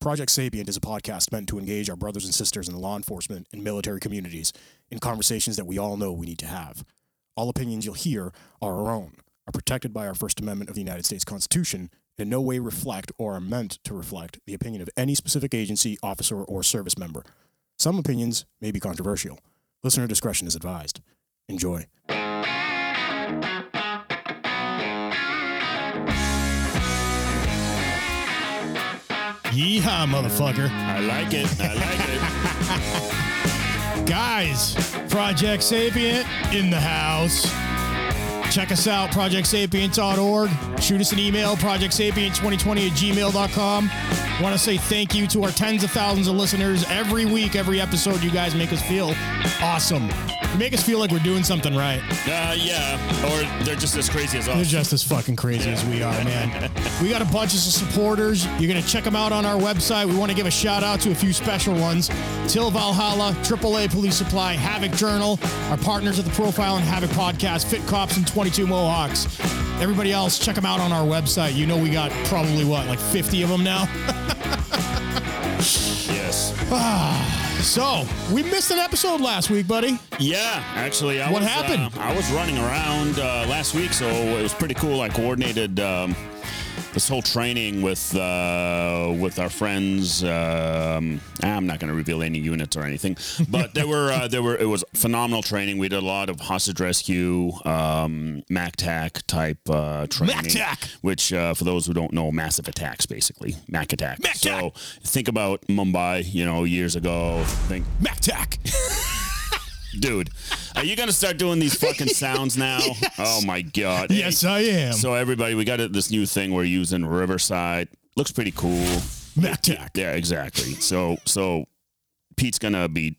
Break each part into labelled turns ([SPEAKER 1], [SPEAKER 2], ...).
[SPEAKER 1] Project Sapient is a podcast meant to engage our brothers and sisters in the law enforcement and military communities in conversations that we all know we need to have. All opinions you'll hear are our own, are protected by our First Amendment of the United States Constitution, and in no way reflect or are meant to reflect the opinion of any specific agency, officer, or service member. Some opinions may be controversial. Listener discretion is advised. Enjoy. Yeehaw, motherfucker.
[SPEAKER 2] I like it. I like
[SPEAKER 1] Guys, Project Sapient in the house. Check us out, projectsapient.org. Shoot us an email, projectsapient2020 at gmail.com. Want to say thank you to our tens of thousands of listeners every week, every episode. You guys make us feel awesome. You make us feel like we're doing something right.
[SPEAKER 2] it. Uh, yeah. Or they're just as crazy as
[SPEAKER 1] They're
[SPEAKER 2] us.
[SPEAKER 1] just as fucking crazy as we are, man. We got a bunch of supporters. You're going to check them out on our website. We want to give a shout out to a few special ones Till Valhalla, AAA Police Supply, Havoc Journal, our partners at the Profile and Havoc Podcast, Fit Cops, and 22 Mohawks. Everybody else, check them out on our website. You know, we got probably what, like 50 of them now?
[SPEAKER 2] Yes.
[SPEAKER 1] So, we missed an episode last week, buddy.
[SPEAKER 2] Yeah. Actually, I
[SPEAKER 1] What
[SPEAKER 2] was,
[SPEAKER 1] happened?
[SPEAKER 2] uh, I was running around uh, last week, so it was pretty cool. I coordinated um, this whole training with uh, with our friends. Um, I'm not going to reveal any units or anything, but there were uh, there were it was phenomenal training. We did a lot of hostage rescue, um, MACTAC type uh, training.
[SPEAKER 1] MACTAC!
[SPEAKER 2] which uh, for those who don't know, massive attacks basically, Mac attack.
[SPEAKER 1] Mac
[SPEAKER 2] so think about Mumbai, you know, years ago. Think,
[SPEAKER 1] MacTac.
[SPEAKER 2] dude, are you gonna start doing these fucking sounds now? Oh my god! Hey,
[SPEAKER 1] Yes, I am.
[SPEAKER 2] So everybody, we got it- this new thing we're using Riverside. Looks pretty cool.
[SPEAKER 1] MacTac.
[SPEAKER 2] Yeah, exactly. So so Pete's gonna be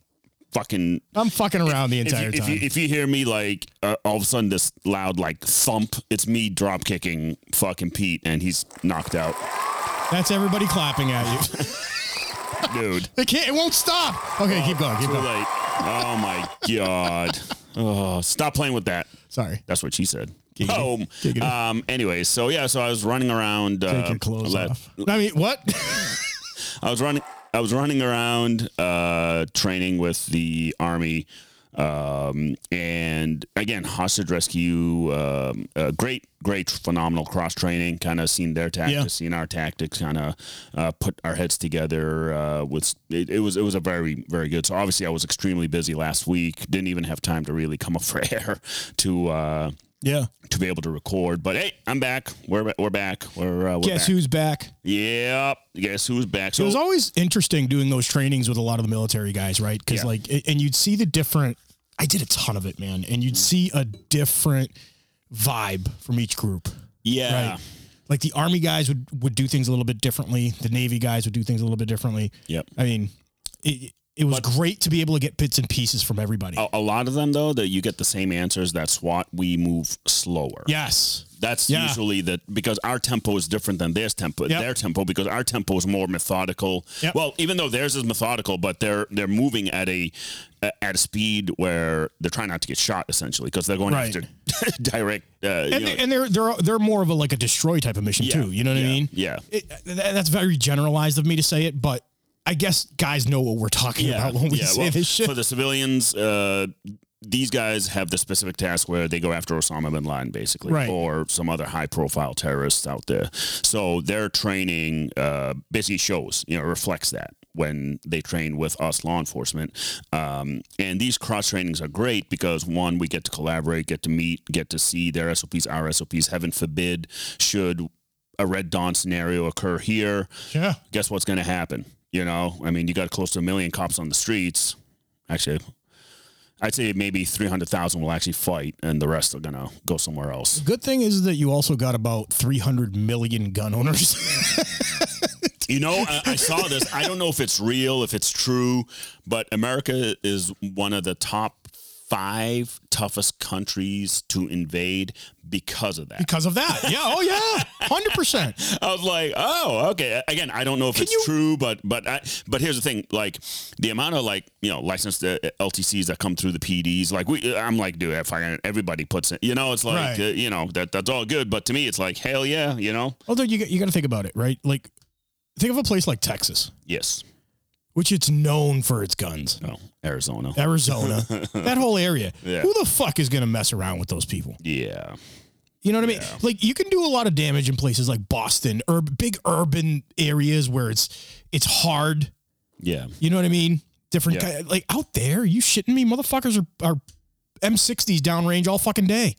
[SPEAKER 2] fucking
[SPEAKER 1] I'm fucking around the
[SPEAKER 2] if you,
[SPEAKER 1] entire
[SPEAKER 2] if,
[SPEAKER 1] time.
[SPEAKER 2] you, if you hear me like uh, all of a sudden this loud like thump, it's me drop kicking fucking Pete and he's knocked out,
[SPEAKER 1] That's everybody clapping at you.
[SPEAKER 2] dude.
[SPEAKER 1] It can't. It won't stop. Okay, keep going. Keep
[SPEAKER 2] Too
[SPEAKER 1] going.
[SPEAKER 2] late. Oh my god. Oh, stop playing with that.
[SPEAKER 1] Sorry.
[SPEAKER 2] That's what she said.
[SPEAKER 1] Giggity.
[SPEAKER 2] Home.
[SPEAKER 1] Giggity.
[SPEAKER 2] Um. Anyway, so yeah, so I was running around. Uh,
[SPEAKER 1] Take your clothes
[SPEAKER 2] let-
[SPEAKER 1] off. I mean, what?
[SPEAKER 2] I was running. I was running around uh, training with the army, um, and again hostage rescue. Um, uh, great, great, phenomenal cross training. Kind of seen their tactics,
[SPEAKER 1] Yeah.
[SPEAKER 2] seen our tactics. Kind of uh, put our heads together. Uh, with it, it was it was a very very good. So obviously I was extremely busy last week. Didn't even have time to really come up for air to. Uh,
[SPEAKER 1] yeah.
[SPEAKER 2] to be able to record, but hey, I'm back. We're we're back. We're, uh, we're
[SPEAKER 1] Guess
[SPEAKER 2] back.
[SPEAKER 1] who's back?
[SPEAKER 2] Yep. Guess who's back?
[SPEAKER 1] It
[SPEAKER 2] So
[SPEAKER 1] was always interesting doing those trainings with a lot of the military guys, right? Because
[SPEAKER 2] Yeah.
[SPEAKER 1] like, it- and you'd see the different. I did a ton of it, man, and you'd see a different vibe from each group.
[SPEAKER 2] yeah.
[SPEAKER 1] Right. Like the army guys would would do things a little bit differently. The navy guys would do things a little bit differently.
[SPEAKER 2] Yep.
[SPEAKER 1] I mean, it it was great to be able to get bits and pieces from everybody.
[SPEAKER 2] a, a lot of them though that you get the same answers that SWAT we move slower.
[SPEAKER 1] Yes.
[SPEAKER 2] That's
[SPEAKER 1] Yeah.
[SPEAKER 2] usually the because our tempo is different than theirs tempo
[SPEAKER 1] Yep.
[SPEAKER 2] their tempo because our tempo is more methodical.
[SPEAKER 1] Yep.
[SPEAKER 2] Well, even though theirs is methodical, but they're they're moving at a at a speed where they're trying not to get shot essentially because they're going
[SPEAKER 1] Right.
[SPEAKER 2] after direct uh, you
[SPEAKER 1] and,
[SPEAKER 2] know,
[SPEAKER 1] they, and they're they're they're more of a like a destroy type of mission
[SPEAKER 2] Yeah,
[SPEAKER 1] too. You know what I
[SPEAKER 2] yeah,
[SPEAKER 1] mean?
[SPEAKER 2] yeah.
[SPEAKER 1] It, th- that's very generalized of me to say it, but I guess guys know what we're talking about when we say
[SPEAKER 2] well,
[SPEAKER 1] this shit.
[SPEAKER 2] For the civilians, uh, these guys have the specific task where they go after Osama bin Laden, basically,
[SPEAKER 1] Right.
[SPEAKER 2] or some other high-profile terrorists out there. So their training uh, basically shows, you know, reflects that when they train with us law enforcement. Um, and these cross trainings are great because one, we get to collaborate, get to meet, get to see their SOPs, our SOPs. Heaven forbid, should a Red Dawn scenario occur here,
[SPEAKER 1] yeah.
[SPEAKER 2] guess what's going to happen? You know, I mean, you got close to a million cops on the streets. Actually, I'd say maybe 300,000 will actually fight and the rest are going to go somewhere else.
[SPEAKER 1] Good thing is that you also got about 300 million gun owners.
[SPEAKER 2] You know, I, I saw this. I don't know if it's real, if it's true, but America is one of the top five toughest countries to invade because of that.
[SPEAKER 1] because of that. Yeah. Oh yeah. 100%.
[SPEAKER 2] I was like, oh, okay. Again, I don't know if it's
[SPEAKER 1] you-
[SPEAKER 2] true, but but I, but here's the thing: like the amount of like you know licensed uh, LTCs that come through the PDs, like we, uh, I'm like, dude, if I, everybody puts it, you know, it's like
[SPEAKER 1] Right.
[SPEAKER 2] uh, you know that that's all good, but to me, it's like hell yeah, you know,
[SPEAKER 1] Although you got- you got to think about it, right? Like Think of a place like Texas,
[SPEAKER 2] Yes.
[SPEAKER 1] which it's known for its guns.
[SPEAKER 2] Oh, Arizona.
[SPEAKER 1] Arizona, that whole area.
[SPEAKER 2] Yeah.
[SPEAKER 1] Who the fuck is going to mess around with those people?
[SPEAKER 2] Yeah.
[SPEAKER 1] You know what I mean? Like you can do a lot of damage in places like Boston or big urban areas where it's it's hard.
[SPEAKER 2] Yeah.
[SPEAKER 1] You know what I mean? Different
[SPEAKER 2] Yeah.
[SPEAKER 1] ki- like out there, you shitting me? Motherfuckers are are M60s downrange all fucking day.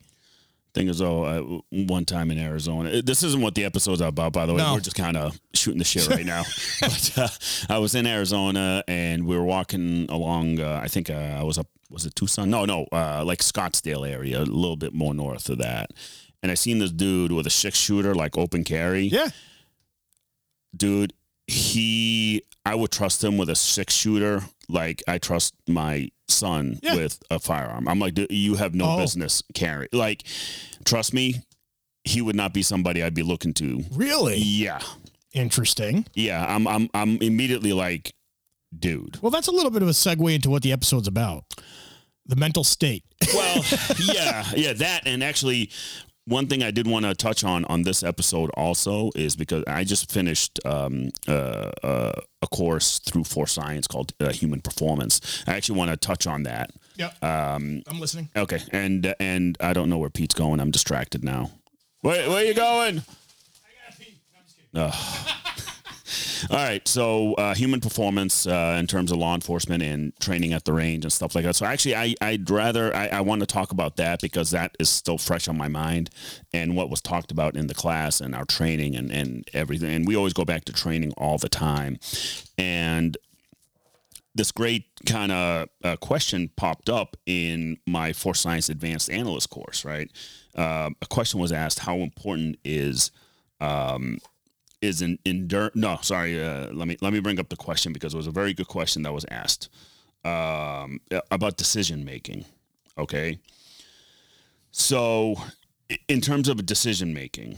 [SPEAKER 2] Thing is, though, uh, one time in Arizona, uh, this isn't what the episode's are about, by the way.
[SPEAKER 1] No.
[SPEAKER 2] We're just kind of shooting the shit right now. but uh, I was in Arizona and we were walking along, uh, I think uh, I was up, was it Tucson? No, no, uh, like Scottsdale area, a little bit more north of that. And I seen this dude with a six shooter, like open carry.
[SPEAKER 1] Yeah.
[SPEAKER 2] Dude, he, I would trust him with a six shooter like I trust my son
[SPEAKER 1] Yeah.
[SPEAKER 2] with a firearm. I'm like, dude, you have no
[SPEAKER 1] Oh.
[SPEAKER 2] business carrying. Like, trust me, he would not be somebody I'd be looking to.
[SPEAKER 1] Really
[SPEAKER 2] Yeah,
[SPEAKER 1] interesting.
[SPEAKER 2] yeah. I'm, I'm, I'm immediately like, dude.
[SPEAKER 1] Well, that's a little bit of a segue into what the episode's about. The mental state.
[SPEAKER 2] Well, yeah, yeah. That and actually, one thing I did want to touch on on this episode also is because I just finished um, uh, uh, a course through Force Science called uh, Human Performance. I actually want to touch on that. Um,
[SPEAKER 1] Yeah. I'm listening.
[SPEAKER 2] Okay, and and I don't know where Pete's going. I'm distracted now. Where where you going? Ugh. All right, so uh, human performance uh, in terms of law enforcement and training at the range and stuff like that. So actually, I, I'd rather I, I want to talk about that because that is still fresh on my mind and what was talked about in the class and our training and, and everything. And we always go back to training all the time. And this great kind of uh, question popped up in my Force Science Advanced Analyst course, right? Uh, a question was asked: How important is um, is an endure? No, sorry. Uh, let me let me bring up the question because it was a very good question that was asked um, about decision making. Okay, so i- in terms of decision making,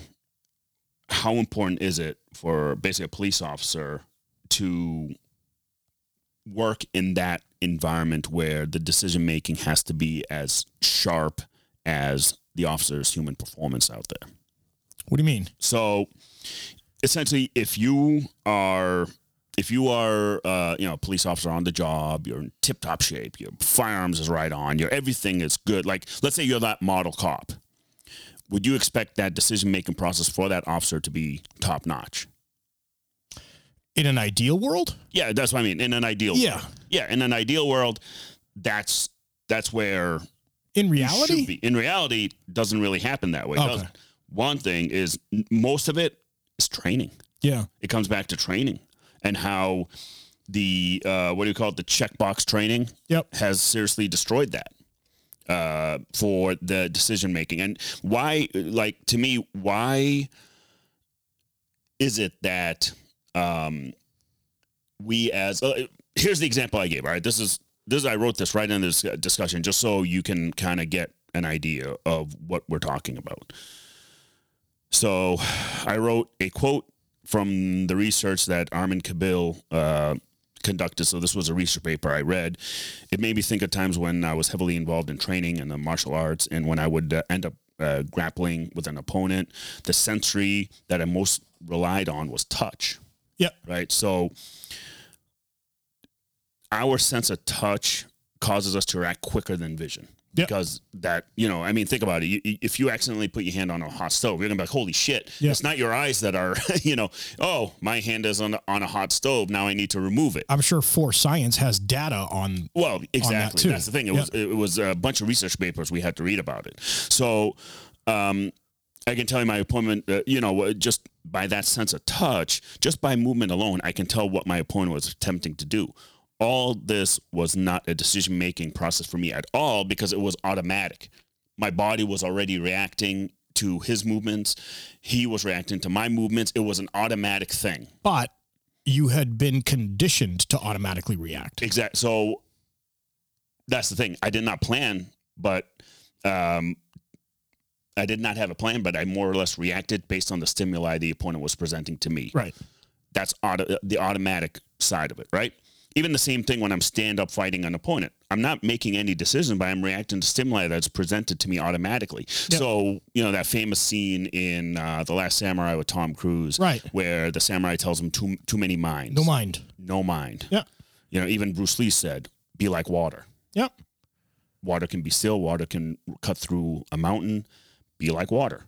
[SPEAKER 2] how important is it for basically a police officer to work in that environment where the decision making has to be as sharp as the officer's human performance out there.
[SPEAKER 1] What do you mean?
[SPEAKER 2] So essentially, if you are if you are uh, you know a police officer on the job, you're in tip top shape, your firearms is right on, your everything is good. Like let's say you're that model cop, would you expect that decision making process for that officer to be top notch?
[SPEAKER 1] In an ideal world?
[SPEAKER 2] Yeah, that's what I mean. In an ideal,
[SPEAKER 1] Yeah.
[SPEAKER 2] yeah, in an ideal world, that's that's where
[SPEAKER 1] In
[SPEAKER 2] should
[SPEAKER 1] reality?
[SPEAKER 2] be. In reality, it doesn't really happen that way.
[SPEAKER 1] Okay.
[SPEAKER 2] does it? One thing is n- most of it is training.
[SPEAKER 1] Yeah.
[SPEAKER 2] It comes back to training and how the uh, what do you call it? The checkbox training
[SPEAKER 1] Yep.
[SPEAKER 2] has seriously destroyed that uh, for the decision making. And why, like to me, why is it that um, we as uh, here's the example I gave. All right, this is this I wrote this right in this uh, discussion just so you can kind of get an idea of what we're talking about. So, I wrote a quote from the research that Armin Kabil uh, conducted. So this was a research paper I read. It made me think of times when I was heavily involved in training and the martial arts, and when I would uh, end up uh, grappling with an opponent. The sensory that I most relied on was touch.
[SPEAKER 1] Yep.
[SPEAKER 2] Right. So our sense of touch causes us to react quicker than vision.
[SPEAKER 1] Yep.
[SPEAKER 2] Because that, you know, I mean, think about it. You, you- if you accidentally put your hand on a hot stove, you're gonna be like, "Holy shit!"
[SPEAKER 1] Yeah.
[SPEAKER 2] It's not your eyes that are, you know, oh, my hand is on on a hot stove. Now I need to remove it.
[SPEAKER 1] I'm sure Force Science has data on
[SPEAKER 2] Well, exactly.
[SPEAKER 1] too.
[SPEAKER 2] That's the thing. It
[SPEAKER 1] Yeah.
[SPEAKER 2] was it was a bunch of research papers we had to read about it. So, um, I can tell you my opponent. Uh, you know, uh, just by that sense of touch, just by movement alone, I can tell what my opponent was attempting to do. All this was not a decision making process for me at all because it was automatic. My body was already reacting to his movements. He was reacting to my movements. It was an automatic thing.
[SPEAKER 1] but you had been conditioned to automatically react.
[SPEAKER 2] Exact. So that's the thing. I did not plan, but um, I did not have a plan, but I more or less reacted based on the stimuli the opponent was presenting to me.
[SPEAKER 1] Right.
[SPEAKER 2] That's auto, the automatic side of it, right? Even the same thing when I'm stand up fighting an opponent. I'm not making any decision, but I'm reacting to stimuli that's presented to me automatically.
[SPEAKER 1] Yep.
[SPEAKER 2] So you know that famous scene in uh, The Last Samurai with Tom Cruise,
[SPEAKER 1] Right.
[SPEAKER 2] where the samurai tells him too too many minds,
[SPEAKER 1] No mind.
[SPEAKER 2] no mind.
[SPEAKER 1] Yeah.
[SPEAKER 2] You know, even Bruce Lee said, "Be like water.
[SPEAKER 1] Yeah.
[SPEAKER 2] Water can be still. Water can cut through a mountain. Be like water."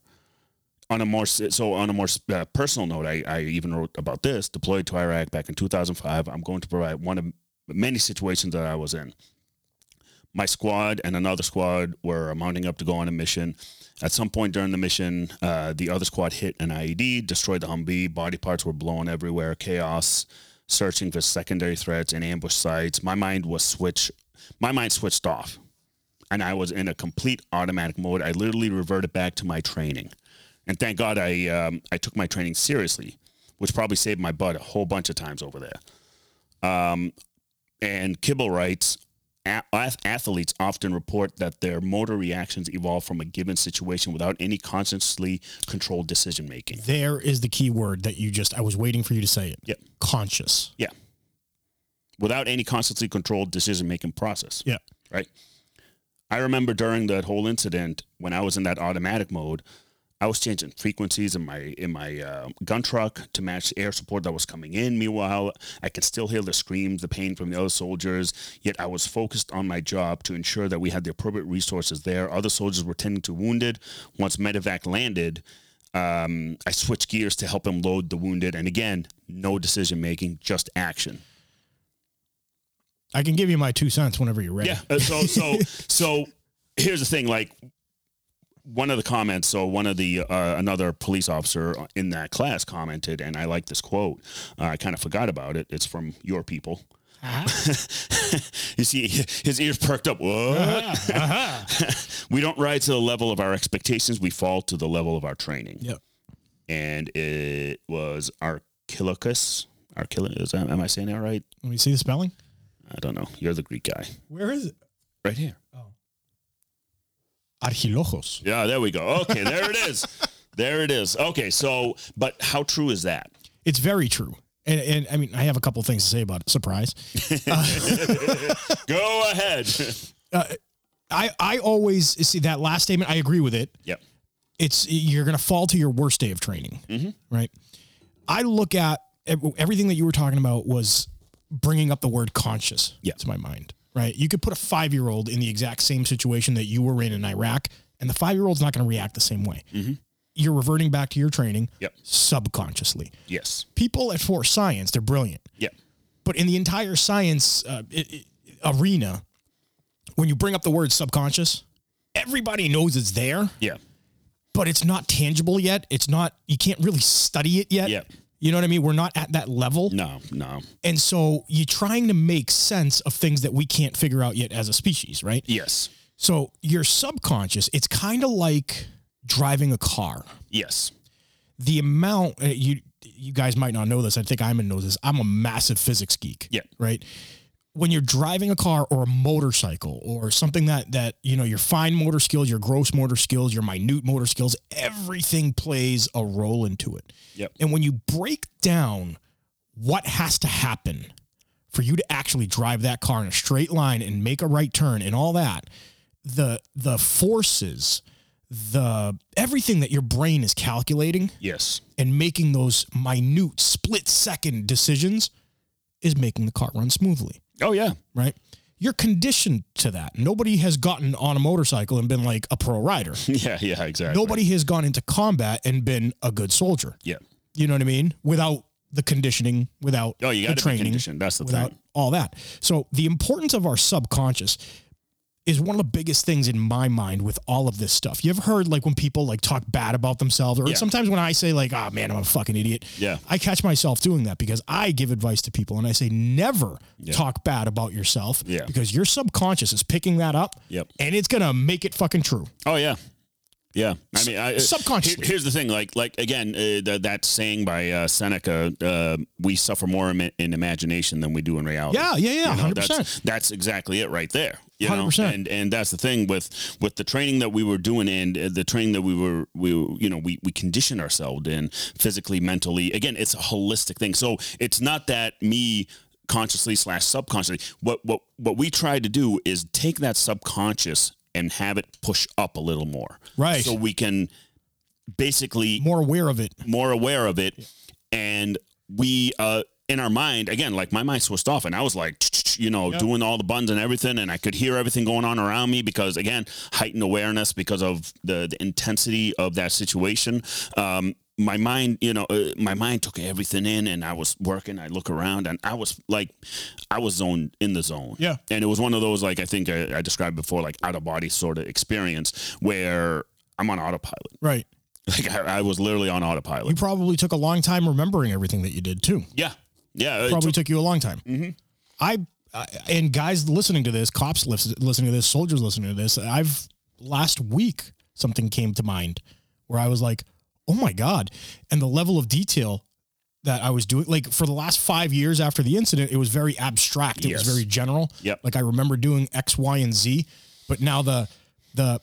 [SPEAKER 2] On a more s- so on a more s- uh, personal note, I, I even wrote about this. Deployed to Iraq back in 2005, I'm going to provide one of many situations that I was in. My squad and another squad were mounting up to go on a mission. At some point during the mission, uh, the other squad hit an IED, destroyed the Humvee. Body parts were blown everywhere. Chaos searching for secondary threats and ambush sites. My mind was switch my mind switched off. And I was in a complete automatic mode. I literally reverted back to my training. And thank God I um, I took my training seriously, which probably saved my butt a whole bunch of times over there. Um, and Kibble writes, "A- ath- athletes often report that their motor reactions evolve from a given situation without any consciously controlled decision making.
[SPEAKER 1] There is the key word that you just, I was waiting for you to say it.
[SPEAKER 2] Yep.
[SPEAKER 1] Conscious.
[SPEAKER 2] without any consciously controlled decision making process.
[SPEAKER 1] Yeah.
[SPEAKER 2] Right. I remember during that whole incident when I was in that automatic mode, I was changing frequencies in my in my uh, gun truck to match air support that was coming in. Meanwhile, I could still hear the screams, the pain from the other soldiers. Yet I was focused on my job to ensure that we had the appropriate resources there. Other soldiers were tending to wounded. Once medevac landed, um, I switched gears to help him load the wounded. And again, no decision making, just action.
[SPEAKER 1] I can give you my two cents whenever you're ready.
[SPEAKER 2] Yeah. uh, So so so here's the thing. Like one of the comments. So one of the uh, another police officer in that class commented, and I like this quote. Uh, I kind of forgot about it. It's from your people.
[SPEAKER 1] Uh-huh.
[SPEAKER 2] you see, his ears perked up. What?
[SPEAKER 1] Uh-huh. Uh-huh.
[SPEAKER 2] we don't rise to the level of our expectations. We fall to the level of our training.
[SPEAKER 1] Yep.
[SPEAKER 2] And it was Archilochus. Archilochus. Am am I saying that right?
[SPEAKER 1] Let me see the spelling.
[SPEAKER 2] I don't know. You're the Greek guy.
[SPEAKER 1] Where is it?
[SPEAKER 2] Right here.
[SPEAKER 1] Archilojos.
[SPEAKER 2] Yeah, there we go. Okay, there it is. There it is. Okay, so but how true is that?
[SPEAKER 1] It's very true. And, and I mean, I have a couple things to say about it. Surprise.
[SPEAKER 2] Go ahead.
[SPEAKER 1] I, I always see that last statement. I agree with it.
[SPEAKER 2] yep.
[SPEAKER 1] It's you're going to fall to your worst day of training,
[SPEAKER 2] Mm-hmm.
[SPEAKER 1] right? I look at ev- everything that you were talking about was bringing up the word conscious
[SPEAKER 2] Yeah.
[SPEAKER 1] to my mind, right? You could put a five year old in the exact same situation that you were in in Iraq, and the five year old's not going to react the same way. You're reverting back to your training
[SPEAKER 2] Mm-hmm. Yep.
[SPEAKER 1] subconsciously.
[SPEAKER 2] Yes.
[SPEAKER 1] People at Force Science, they're brilliant
[SPEAKER 2] Yep.
[SPEAKER 1] but in the entire science uh, i i arena, when you bring up the word subconscious, everybody knows it's there,
[SPEAKER 2] Yeah.
[SPEAKER 1] but it's not tangible yet. It's not, you can't really study it yet.
[SPEAKER 2] Yep.
[SPEAKER 1] You know what I mean? We're not at that level.
[SPEAKER 2] No, no.
[SPEAKER 1] And so you're trying to make sense of things that we can't figure out yet as a species, right?
[SPEAKER 2] Yes.
[SPEAKER 1] So your subconscious, it's kind of like driving a car.
[SPEAKER 2] Yes.
[SPEAKER 1] The amount uh, you, you guys might not know this. I think Iman knows this. I'm a massive physics geek.
[SPEAKER 2] Yeah.
[SPEAKER 1] right? When you're driving a car or a motorcycle or something that that you know your fine motor skills, your gross motor skills, your minute motor skills, everything plays a role into it.
[SPEAKER 2] Yep.
[SPEAKER 1] And when you break down what has to happen for you to actually drive that car in a straight line and make a right turn and all that, the the forces, the everything that your brain is calculating
[SPEAKER 2] Yes.
[SPEAKER 1] and making those minute split second decisions is making the car run smoothly,
[SPEAKER 2] Oh yeah.
[SPEAKER 1] right? You're conditioned to that. Nobody has gotten on a motorcycle and been like a pro rider.
[SPEAKER 2] Yeah, yeah, exactly.
[SPEAKER 1] Nobody has gone into combat and been a good soldier.
[SPEAKER 2] Yeah.
[SPEAKER 1] You know what I mean? Without the conditioning, without
[SPEAKER 2] Oh, you
[SPEAKER 1] the
[SPEAKER 2] got to be
[SPEAKER 1] training,
[SPEAKER 2] conditioned. That's the
[SPEAKER 1] without
[SPEAKER 2] thing.
[SPEAKER 1] all that. So the importance of our subconscious is one of the biggest things in my mind with all of this stuff. You ever heard like when people like talk bad about themselves or
[SPEAKER 2] Yeah.
[SPEAKER 1] sometimes when I say like, oh man, I'm a fucking idiot.
[SPEAKER 2] Yeah.
[SPEAKER 1] I catch myself doing that because I give advice to people and I say never
[SPEAKER 2] Yeah.
[SPEAKER 1] talk bad about yourself
[SPEAKER 2] Yeah.
[SPEAKER 1] because your subconscious is picking that up
[SPEAKER 2] Yep.
[SPEAKER 1] and it's going to make it fucking true.
[SPEAKER 2] Oh yeah, yeah. I mean, I, uh,
[SPEAKER 1] subconsciously.
[SPEAKER 2] here- here's the thing. Like, like again, uh, th- that saying by uh, Seneca: uh, "We suffer more in, in imagination than we do in reality."
[SPEAKER 1] Yeah, yeah, yeah,
[SPEAKER 2] You
[SPEAKER 1] 100%.
[SPEAKER 2] know, Oh, That's, that's exactly it, right there. You know,
[SPEAKER 1] 100%.
[SPEAKER 2] and and that's the thing with with the training that we were doing and uh, the training that we were we were- you know we we conditioned ourselves in physically, mentally. Again, it's a holistic thing. So it's not that me consciously slash subconsciously. What what what we try to do is take that subconscious and have it push up a little more,
[SPEAKER 1] Right.
[SPEAKER 2] So we can basically
[SPEAKER 1] more aware of it.
[SPEAKER 2] more aware of it and we uh in our mind again like my mind switched off and i was like you know
[SPEAKER 1] Yeah.
[SPEAKER 2] doing all the buns and everything and i could hear everything going on around me because again heightened awareness because of the, the intensity of that situation um my mind you know uh, my mind took everything in and i was working i look around and i was like i was zoned in the zone
[SPEAKER 1] Yeah.
[SPEAKER 2] and it was one of those like i think i, I described before like out of body sort of experience where i'm on autopilot
[SPEAKER 1] Right.
[SPEAKER 2] like i, I was literally on autopilot
[SPEAKER 1] You probably took a long time remembering everything that you did too.
[SPEAKER 2] yeah. Yeah. it
[SPEAKER 1] Probably
[SPEAKER 2] took- Mm-hmm.
[SPEAKER 1] took you a long time. I, I and guys listening to this, cops lis- listening to this, soldiers listening to this. I've last week something came to mind where I was like, "Oh my god!" And the level of detail that I was doing, like for the last five years after the incident, it was very abstract. It
[SPEAKER 2] Yes.
[SPEAKER 1] was very general.
[SPEAKER 2] Yep.
[SPEAKER 1] Like I remember doing X, Y, and Z, but now the the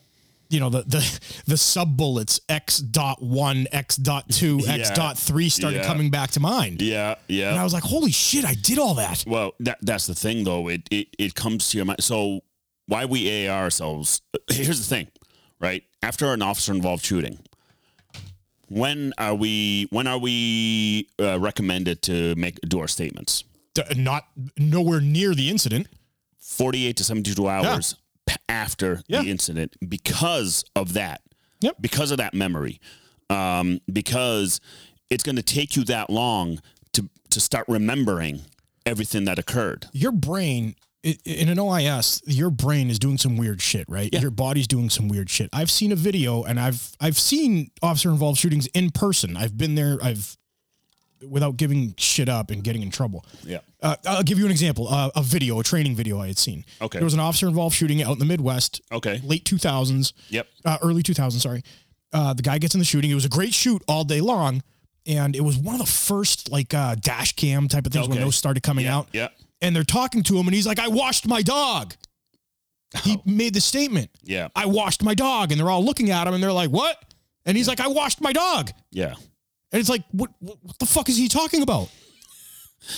[SPEAKER 1] you know the the the sub bullets X dot one, X dot two, X
[SPEAKER 2] Yeah.
[SPEAKER 1] dot three started
[SPEAKER 2] Yeah.
[SPEAKER 1] coming back to mind.
[SPEAKER 2] yeah.
[SPEAKER 1] And I
[SPEAKER 2] Yeah.
[SPEAKER 1] was like, holy shit, I did all that.
[SPEAKER 2] Well, that that's the thing though. It it, it comes to your mind. So why we AAR ourselves? uh, Here's the thing, right? After an officer involved shooting, when are we when are we uh, recommended to make do our statements?
[SPEAKER 1] D- not nowhere near the incident.
[SPEAKER 2] 48 to 72 hours p after
[SPEAKER 1] Yeah.
[SPEAKER 2] the incident because of that.
[SPEAKER 1] Yep.
[SPEAKER 2] Because of that memory. Um, because it's going to take you that long to, to start remembering everything that occurred.
[SPEAKER 1] Your brain i- in an OIS, your brain is doing some weird shit, right? Your body's doing some weird shit. I've seen a video and I've I've seen officer involved shootings in person. I've been there. I've without giving shit up and getting in trouble.
[SPEAKER 2] Yeah.
[SPEAKER 1] Uh, I'll give you an example. Uh, a video, a training video I had seen.
[SPEAKER 2] Okay.
[SPEAKER 1] There was an officer involved shooting out in the Midwest,
[SPEAKER 2] Okay.
[SPEAKER 1] late 2000s.
[SPEAKER 2] Yep.
[SPEAKER 1] uh, early 2000, sorry. Uh, the guy gets in the shooting. It was a great shoot all day long. And it was one of the first like uh, dash cam type of things when
[SPEAKER 2] Okay.
[SPEAKER 1] those started coming
[SPEAKER 2] Yeah.
[SPEAKER 1] out.
[SPEAKER 2] Yeah.
[SPEAKER 1] And they're talking to him and he's like, I washed my dog.
[SPEAKER 2] Oh.
[SPEAKER 1] He made the statement,
[SPEAKER 2] Yeah.
[SPEAKER 1] I washed my dog. And they're all looking at him and they're like, what? And he's like, I washed my dog.
[SPEAKER 2] Yeah.
[SPEAKER 1] And it's like, what, what what the fuck is he talking about?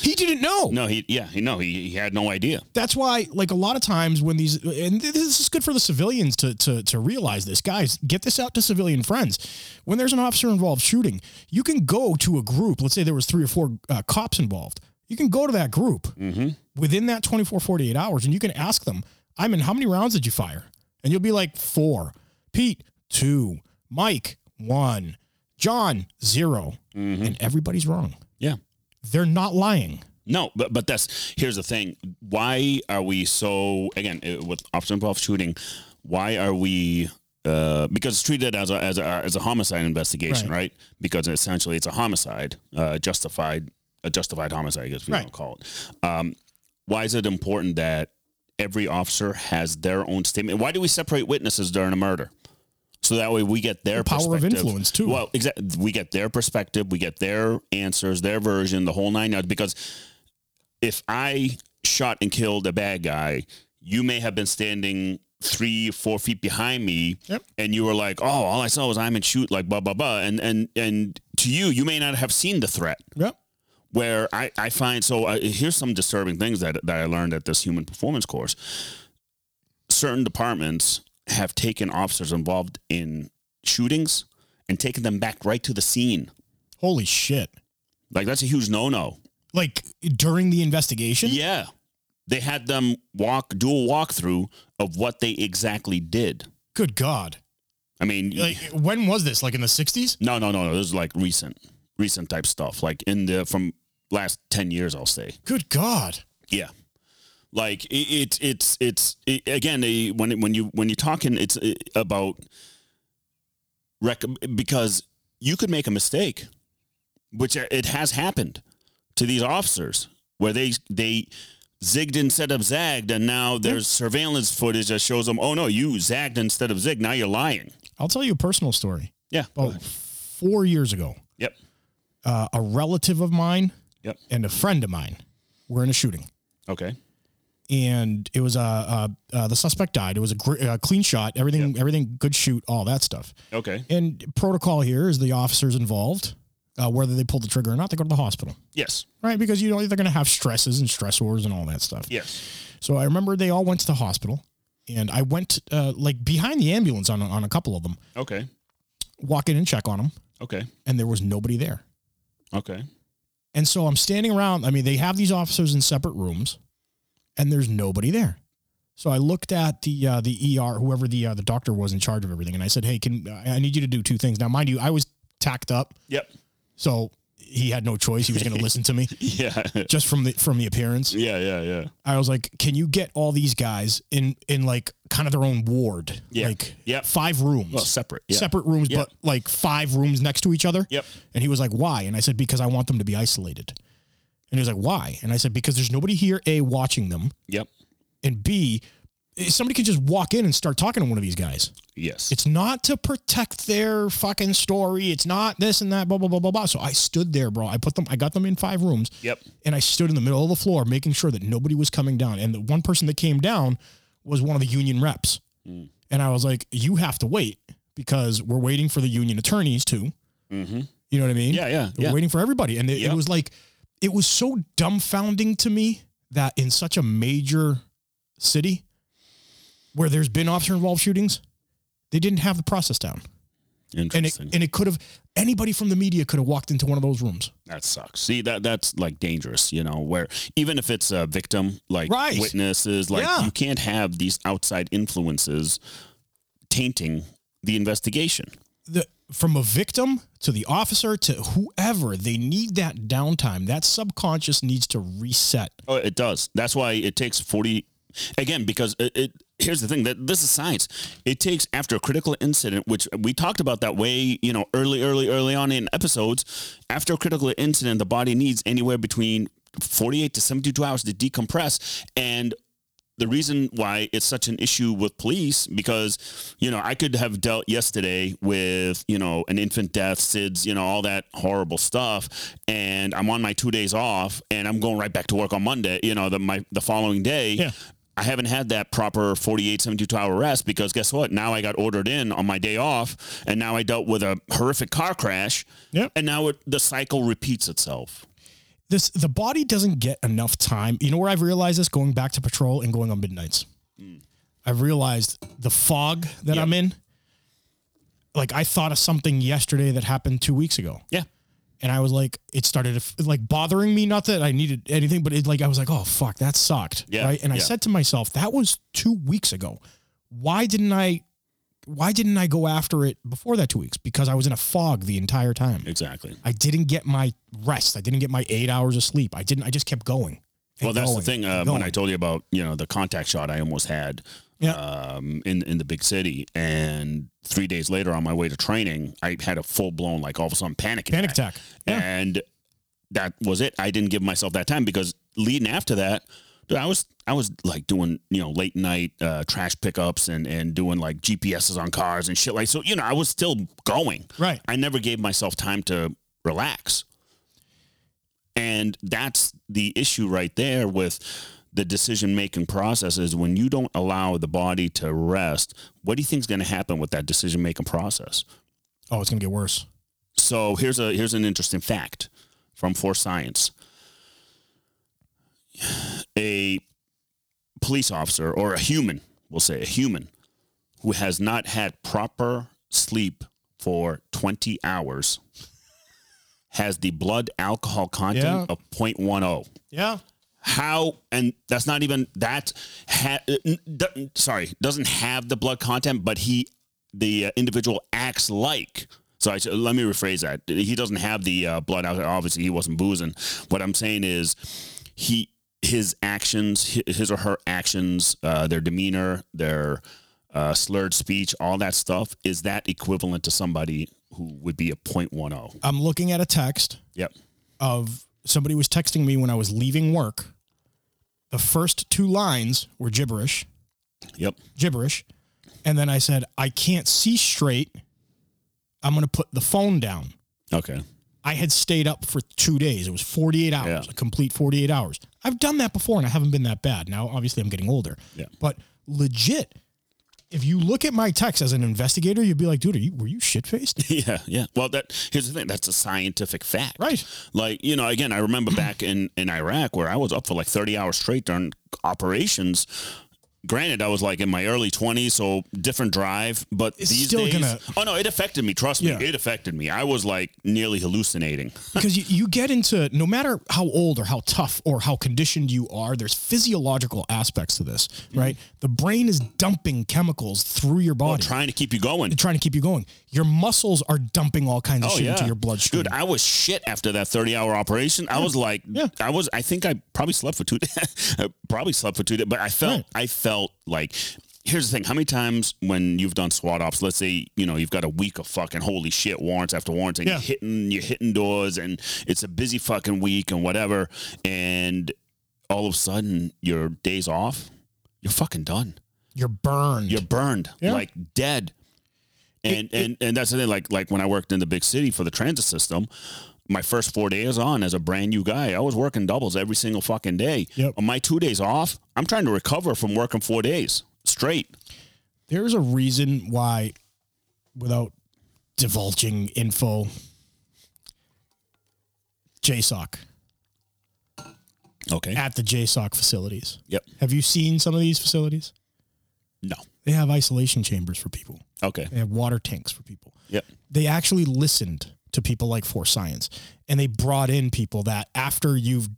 [SPEAKER 1] He didn't know.
[SPEAKER 2] No, he, yeah, he, no, he, he had no idea.
[SPEAKER 1] that's why like a lot of times when these and th- this is good for the civilians to to to realize this guys get this out to civilian friends when there's an officer involved shooting you can go to a group let's say there was three or four uh, cops involved you can go to that group
[SPEAKER 2] Mm-hmm.
[SPEAKER 1] within that 24 48 hours and you can ask them i mean how many rounds did you fire and you'll be like four pete two mike one john 0
[SPEAKER 2] Mm-hmm.
[SPEAKER 1] and everybody's wrong
[SPEAKER 2] Hmm. Yeah.
[SPEAKER 1] they're not lying
[SPEAKER 2] No, but but that's here's the thing. Why are we so again uh, with officer involved shooting? Why are we? Uh, because it's treated as a as a as a homicide investigation,
[SPEAKER 1] Right.
[SPEAKER 2] right? Because essentially it's a homicide, uh, justified a justified homicide. I guess we
[SPEAKER 1] Right.
[SPEAKER 2] don't call it. Um, why is it important that every officer has their own statement? Why do we separate witnesses during a murder? So that way we get their
[SPEAKER 1] The power of
[SPEAKER 2] perspective.
[SPEAKER 1] influence, too.
[SPEAKER 2] Well, exactly. We get their perspective. We get their answers, their version, the whole nine yards. Because if I shot and killed a bad guy, you may have been standing three, four feet behind me,
[SPEAKER 1] Yep.
[SPEAKER 2] and you were like, "Oh, all I saw was I'm in shoot," like blah blah blah, and and and to you, you may not have seen the threat.
[SPEAKER 1] yep
[SPEAKER 2] Where I I find so uh, here's some disturbing things that that I learned at this human performance course. Certain departments have taken officers involved in shootings and taken them back right to the scene.
[SPEAKER 1] holy shit
[SPEAKER 2] Like that's a huge no no.
[SPEAKER 1] like during the investigation.
[SPEAKER 2] Yeah. They had them walk do a walkthrough of what they exactly did.
[SPEAKER 1] Good God!
[SPEAKER 2] I mean,
[SPEAKER 1] Like when was this? Like in the sixties?
[SPEAKER 2] no, no, no, no. This is like recent, recent type stuff. Like in the from last ten years, I'll say.
[SPEAKER 1] Good God!
[SPEAKER 2] Yeah. Like it, it it's it's it, again eh, when it- when you when you're talking it's eh, about rec- because you could make a mistake, which eh, it has happened to these officers where they they zigged instead of zagged and now there's surveillance footage that shows them oh no you zagged instead of zigged now you're lying
[SPEAKER 1] I'll tell you a personal story.
[SPEAKER 2] yeah
[SPEAKER 1] About four years ago,
[SPEAKER 2] yep
[SPEAKER 1] uh, a relative of mine
[SPEAKER 2] Yep.
[SPEAKER 1] and a friend of mine were in a shooting,
[SPEAKER 2] okay
[SPEAKER 1] and it was a uh, uh, uh, the suspect died. It was a gr- uh, clean shot. Everything, everything, good shoot, all that stuff.
[SPEAKER 2] okay
[SPEAKER 1] And protocol here is the officers involved. uh, whether they pull the trigger or not, they go to the hospital,
[SPEAKER 2] Yes.
[SPEAKER 1] right? Because you know they're going to have stresses and stressors and all that stuff.
[SPEAKER 2] Yes.
[SPEAKER 1] So I remember they all went to the hospital, and I went uh, like behind the ambulance on a, on a couple of them,
[SPEAKER 2] Okay.
[SPEAKER 1] walk in and check on them,
[SPEAKER 2] Okay.
[SPEAKER 1] and there was nobody there.
[SPEAKER 2] Okay.
[SPEAKER 1] And so I'm standing around. I mean, they have these officers in separate rooms, and there's nobody there. So I looked at the uh, the ER, whoever the uh, the doctor was in charge of everything, and I said, "Hey, can I I need you to do two things now? Mind you, I was tacked up,
[SPEAKER 2] Yep.
[SPEAKER 1] so he had no choice. He was going to listen to me
[SPEAKER 2] Yeah.
[SPEAKER 1] just from the from the appearance.
[SPEAKER 2] yeah. Yeah. Yeah.
[SPEAKER 1] I was like, "Can you get all these guys in in like kind of their own ward,
[SPEAKER 2] Yeah.
[SPEAKER 1] like
[SPEAKER 2] Yep.
[SPEAKER 1] five rooms,
[SPEAKER 2] Well, separate. Yeah.
[SPEAKER 1] separate rooms,
[SPEAKER 2] Yeah.
[SPEAKER 1] but like five rooms next to each other?"
[SPEAKER 2] Yep.
[SPEAKER 1] And he was like, why? And I said, because I want them to be isolated. And he was like, why? And I said, because there's nobody here, A, watching them,
[SPEAKER 2] Yep.
[SPEAKER 1] and B, somebody could just walk in and start talking to one of these guys.
[SPEAKER 2] Yes.
[SPEAKER 1] It's not to protect their fucking story. It's not this and that, blah, blah, blah, blah, blah. So I stood there, bro. I put them, I got them in five rooms
[SPEAKER 2] yep.
[SPEAKER 1] and I stood in the middle of the floor making sure that nobody was coming down. And the one person that came down was one of the union reps.
[SPEAKER 2] Mm.
[SPEAKER 1] And I was like, you have to wait because we're waiting for the union attorneys to,
[SPEAKER 2] Mm-hmm.
[SPEAKER 1] you know what I mean?
[SPEAKER 2] Yeah. Yeah.
[SPEAKER 1] They were
[SPEAKER 2] Yeah.
[SPEAKER 1] waiting for everybody. And it,
[SPEAKER 2] Yeah.
[SPEAKER 1] it was like, it was so dumbfounding to me that in such a major city where there's been officer involved shootings, they didn't have the process down. And it,
[SPEAKER 2] Interesting.
[SPEAKER 1] and it could have, anybody from the media could have walked into one of those rooms.
[SPEAKER 2] that sucks. See that that's like dangerous. You know where even if it's a victim, like
[SPEAKER 1] Right.
[SPEAKER 2] witnesses, like
[SPEAKER 1] Yeah.
[SPEAKER 2] you can't have these outside influences tainting the investigation.
[SPEAKER 1] The, from a victim to the officer to whoever, they need that downtime. That subconscious needs to reset.
[SPEAKER 2] Oh, it does. That's why it takes 40 again because it, it here's the thing that this is science. It takes after a critical incident which we talked about that way, you know, early early early on in episodes, after a critical incident the body needs anywhere between 48 to 72 hours to decompress and the reason why it's such an issue with police because you know I could have dealt yesterday with you know an infant death, SIDS, you know all that horrible stuff, and I'm on my two days off and I'm going right back to work on Monday. You know the my the following day.
[SPEAKER 1] Yeah.
[SPEAKER 2] I haven't had that proper 48, 72 hour rest because guess what? Now I got ordered in on my day off and now I dealt with a horrific car crash.
[SPEAKER 1] Yep.
[SPEAKER 2] And now it, the cycle repeats itself.
[SPEAKER 1] This, the body doesn't get enough time. You know where I've realized this going back to patrol and going on midnights. I've realized the fog that
[SPEAKER 2] Yeah.
[SPEAKER 1] I'm in. Like I thought of something yesterday that happened two weeks ago,
[SPEAKER 2] Yeah.
[SPEAKER 1] and I was like, it started to f- like bothering me. Not that I needed anything, but it like I was like, oh fuck, that sucked,
[SPEAKER 2] Yeah,
[SPEAKER 1] right? And I
[SPEAKER 2] yeah.
[SPEAKER 1] said to myself, that was two weeks ago. Why didn't I? Why didn't I go after it before that two weeks? Because I was in a fog the entire time.
[SPEAKER 2] Exactly.
[SPEAKER 1] I didn't get my rest. I didn't get my eight hours of sleep. I didn't. I just kept going. and
[SPEAKER 2] Well, that's the
[SPEAKER 1] going
[SPEAKER 2] thing.
[SPEAKER 1] and
[SPEAKER 2] Uh, when
[SPEAKER 1] going.
[SPEAKER 2] I told you about you know the contact shot I almost had,
[SPEAKER 1] Yeah.
[SPEAKER 2] um, in in the big city, and three days later on my way to training, I had a full blown like all of a sudden panic attack.
[SPEAKER 1] panic attack. Yeah.
[SPEAKER 2] and that was it. I didn't give myself that time because leading after that, dude, I was I was like doing you know late night uh, trash pickups and and doing like GPSs on cars and shit like so. You know, I was still going.
[SPEAKER 1] Right.
[SPEAKER 2] I never gave myself time to relax. And that's the issue right there with the decision making process is when you don't allow the body to rest, what do you think is going to happen with that decision making process?
[SPEAKER 1] Oh, it's gonna get worse.
[SPEAKER 2] So here's a here's an interesting fact from For Science. A police officer or a human, we'll say a human who has not had proper sleep for 20 hours has the blood alcohol content
[SPEAKER 1] Yeah.
[SPEAKER 2] of oh. 0.10
[SPEAKER 1] Yeah.
[SPEAKER 2] how and that's not even that ha, uh, n- d- sorry doesn't have the blood content but he the uh, individual acts like so I, should- let me rephrase that he doesn't have the uh, blood out obviously he wasn't boozing what i'm saying is he his actions hi- his or her actions uh, their demeanor their uh, slurred speech all that stuff is that equivalent to somebody who would be a 0.10
[SPEAKER 1] I'm looking at a text
[SPEAKER 2] yep
[SPEAKER 1] of somebody was texting me when I was leaving work. The first two lines were gibberish,
[SPEAKER 2] yep
[SPEAKER 1] gibberish, and then I said, "I can't see straight. I'm gonna put the phone down."
[SPEAKER 2] okay
[SPEAKER 1] I had stayed up for two days. It was 48 hours,
[SPEAKER 2] Yeah.
[SPEAKER 1] a complete 48 hours. I've done that before and I haven't been that bad. Now, obviously, I'm getting older.
[SPEAKER 2] Yeah.
[SPEAKER 1] But legit, if you look at my text as an investigator, you'd be like, dude, are you, were you shit faced?
[SPEAKER 2] Yeah, yeah. Well, that here's the thing. That's a scientific fact,
[SPEAKER 1] Right.
[SPEAKER 2] Like you know, again, I remember back in in Iraq where I was up for like thirty hours straight during operations. Granted, I was like in my early twenties, so different drive. But
[SPEAKER 1] It's
[SPEAKER 2] these
[SPEAKER 1] still
[SPEAKER 2] days,
[SPEAKER 1] gonna-
[SPEAKER 2] oh no, it affected me. Trust
[SPEAKER 1] Yeah.
[SPEAKER 2] me, it affected me. I was like nearly hallucinating.
[SPEAKER 1] Because you, you get into no matter how old or how tough or how conditioned you are, there's physiological aspects to this, right? The brain is dumping chemicals through your body,
[SPEAKER 2] trying to keep you going.
[SPEAKER 1] trying to keep you going. Your muscles are dumping all kinds of
[SPEAKER 2] Oh
[SPEAKER 1] shit
[SPEAKER 2] yeah,
[SPEAKER 1] into your bloodstream.
[SPEAKER 2] Dude, I was shit after that thirty-hour operation. I was like, I was. I think I probably slept for two. days. probably slept for two days, but I felt. I felt like. Here's the thing: How many times when you've done SWAT ops, let's say you know you've got a week of fucking holy shit warrants after warrants, and
[SPEAKER 1] Yeah.
[SPEAKER 2] you're hitting you're hitting doors, and it's a busy fucking week and whatever, and all of a sudden your days off, you're fucking done
[SPEAKER 1] you're burned.
[SPEAKER 2] you're burned
[SPEAKER 1] Yeah.
[SPEAKER 2] like dead and and and that's the thing like like when i worked in the big city for the transit system my first four days on as a brand new guy i was working doubles every single fucking day
[SPEAKER 1] Yep.
[SPEAKER 2] on my two days off i'm trying to recover from working four days straight
[SPEAKER 1] there's a reason why, without divulging info, JSOC
[SPEAKER 2] okay
[SPEAKER 1] at the JSOC facilities.
[SPEAKER 2] yep
[SPEAKER 1] Have you seen some of these facilities?
[SPEAKER 2] no
[SPEAKER 1] They have isolation chambers for people.
[SPEAKER 2] okay
[SPEAKER 1] They have water tanks for people.
[SPEAKER 2] yep
[SPEAKER 1] They actually listened to people like Force Science, and they brought in people that after you've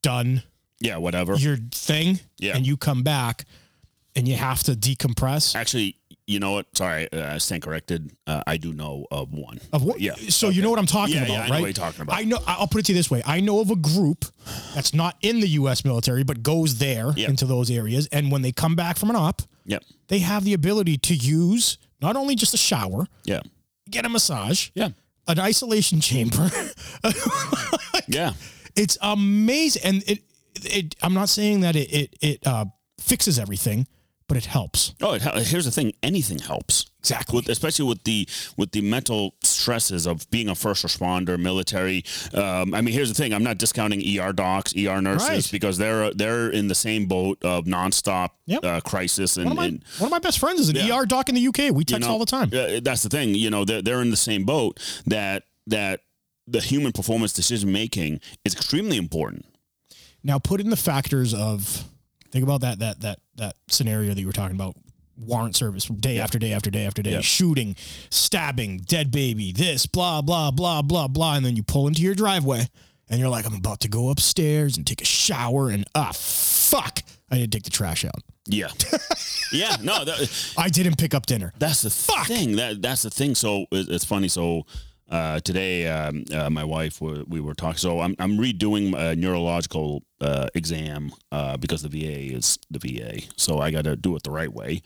[SPEAKER 1] done
[SPEAKER 2] yeah whatever
[SPEAKER 1] your thing
[SPEAKER 2] Yeah.
[SPEAKER 1] and you come back and you have to decompress.
[SPEAKER 2] actually you know what sorry uh, i stand corrected uh, i do know of one
[SPEAKER 1] Of what?
[SPEAKER 2] Yeah.
[SPEAKER 1] So you know what I'm talking
[SPEAKER 2] Yeah,
[SPEAKER 1] about,
[SPEAKER 2] yeah, I know
[SPEAKER 1] right?
[SPEAKER 2] what you're talking about.
[SPEAKER 1] I know. I- I'll put it to you this way: I know of a group that's not in the U.S. military, but goes there
[SPEAKER 2] Yeah.
[SPEAKER 1] into those areas, and when they come back from an op,
[SPEAKER 2] yep
[SPEAKER 1] they have the ability to use not only just a shower,
[SPEAKER 2] yeah
[SPEAKER 1] get a massage,
[SPEAKER 2] yeah
[SPEAKER 1] an isolation chamber.
[SPEAKER 2] yeah
[SPEAKER 1] it's amazing, and it. It. I'm not saying that it it, it uh, fixes everything, but it helps.
[SPEAKER 2] oh it, hel- here's the thing anything helps
[SPEAKER 1] Exactly.
[SPEAKER 2] with especially with the with the mental stresses of being a first responder, military. Um, I mean, here's the thing: I'm not discounting ER docs, ER nurses,
[SPEAKER 1] Right.
[SPEAKER 2] because they're they're in the same boat of nonstop
[SPEAKER 1] Yep.
[SPEAKER 2] uh, crisis and.
[SPEAKER 1] one of my
[SPEAKER 2] and
[SPEAKER 1] one of my best friends is an
[SPEAKER 2] Yeah.
[SPEAKER 1] ER doc in the UK. We
[SPEAKER 2] you
[SPEAKER 1] text
[SPEAKER 2] know,
[SPEAKER 1] all the time.
[SPEAKER 2] uh, that's the thing, you know. They're, they're in the same boat. That that the human performance decision making is extremely important.
[SPEAKER 1] Now put in the factors of think about that that that that scenario that you were talking about warrant service day after day after day after day
[SPEAKER 2] Yeah.
[SPEAKER 1] shooting stabbing dead baby this blah blah blah blah blah and then you pull into your driveway and you're like I'm about to go upstairs and take a shower and ah fuck I didn't take the trash out
[SPEAKER 2] Yeah, yeah. No, that,
[SPEAKER 1] I didn't pick up dinner
[SPEAKER 2] That's the thing. That that's the thing. So it, it's funny. So uh, today, um, uh, my wife were, we were talking. So I'm I'm redoing a neurological uh, exam uh, because the VA is the VA. So I got to do it the right way.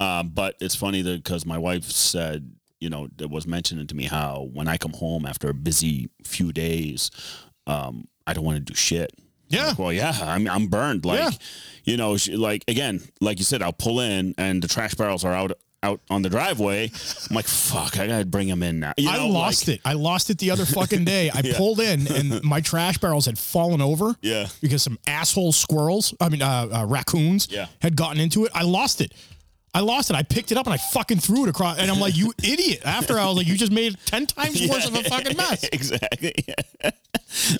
[SPEAKER 2] Uh, but it's funny that because my wife said, you know, that was mentioning to me how when I come home after a busy few days, um, I don't want to do shit.
[SPEAKER 1] yeah
[SPEAKER 2] Like, well, yeah, I'm, I'm burned. Like,
[SPEAKER 1] Yeah.
[SPEAKER 2] you know, she, like again, like you said, I'll pull in and the trash barrels are out out on the driveway. I'm like, fuck, I gotta bring them in now. You
[SPEAKER 1] I
[SPEAKER 2] know,
[SPEAKER 1] lost it I lost it the other fucking day I pulled in and my trash barrels had fallen over
[SPEAKER 2] like, Yeah.
[SPEAKER 1] because some asshole squirrels, I mean, uh, uh, raccoons,
[SPEAKER 2] Yeah.
[SPEAKER 1] had gotten into it. I lost it. I lost it. I picked it up and I fucking threw it across. And I'm like, you idiot. After I was like, you just made it 10 times worse of a fucking mess.
[SPEAKER 2] exactly.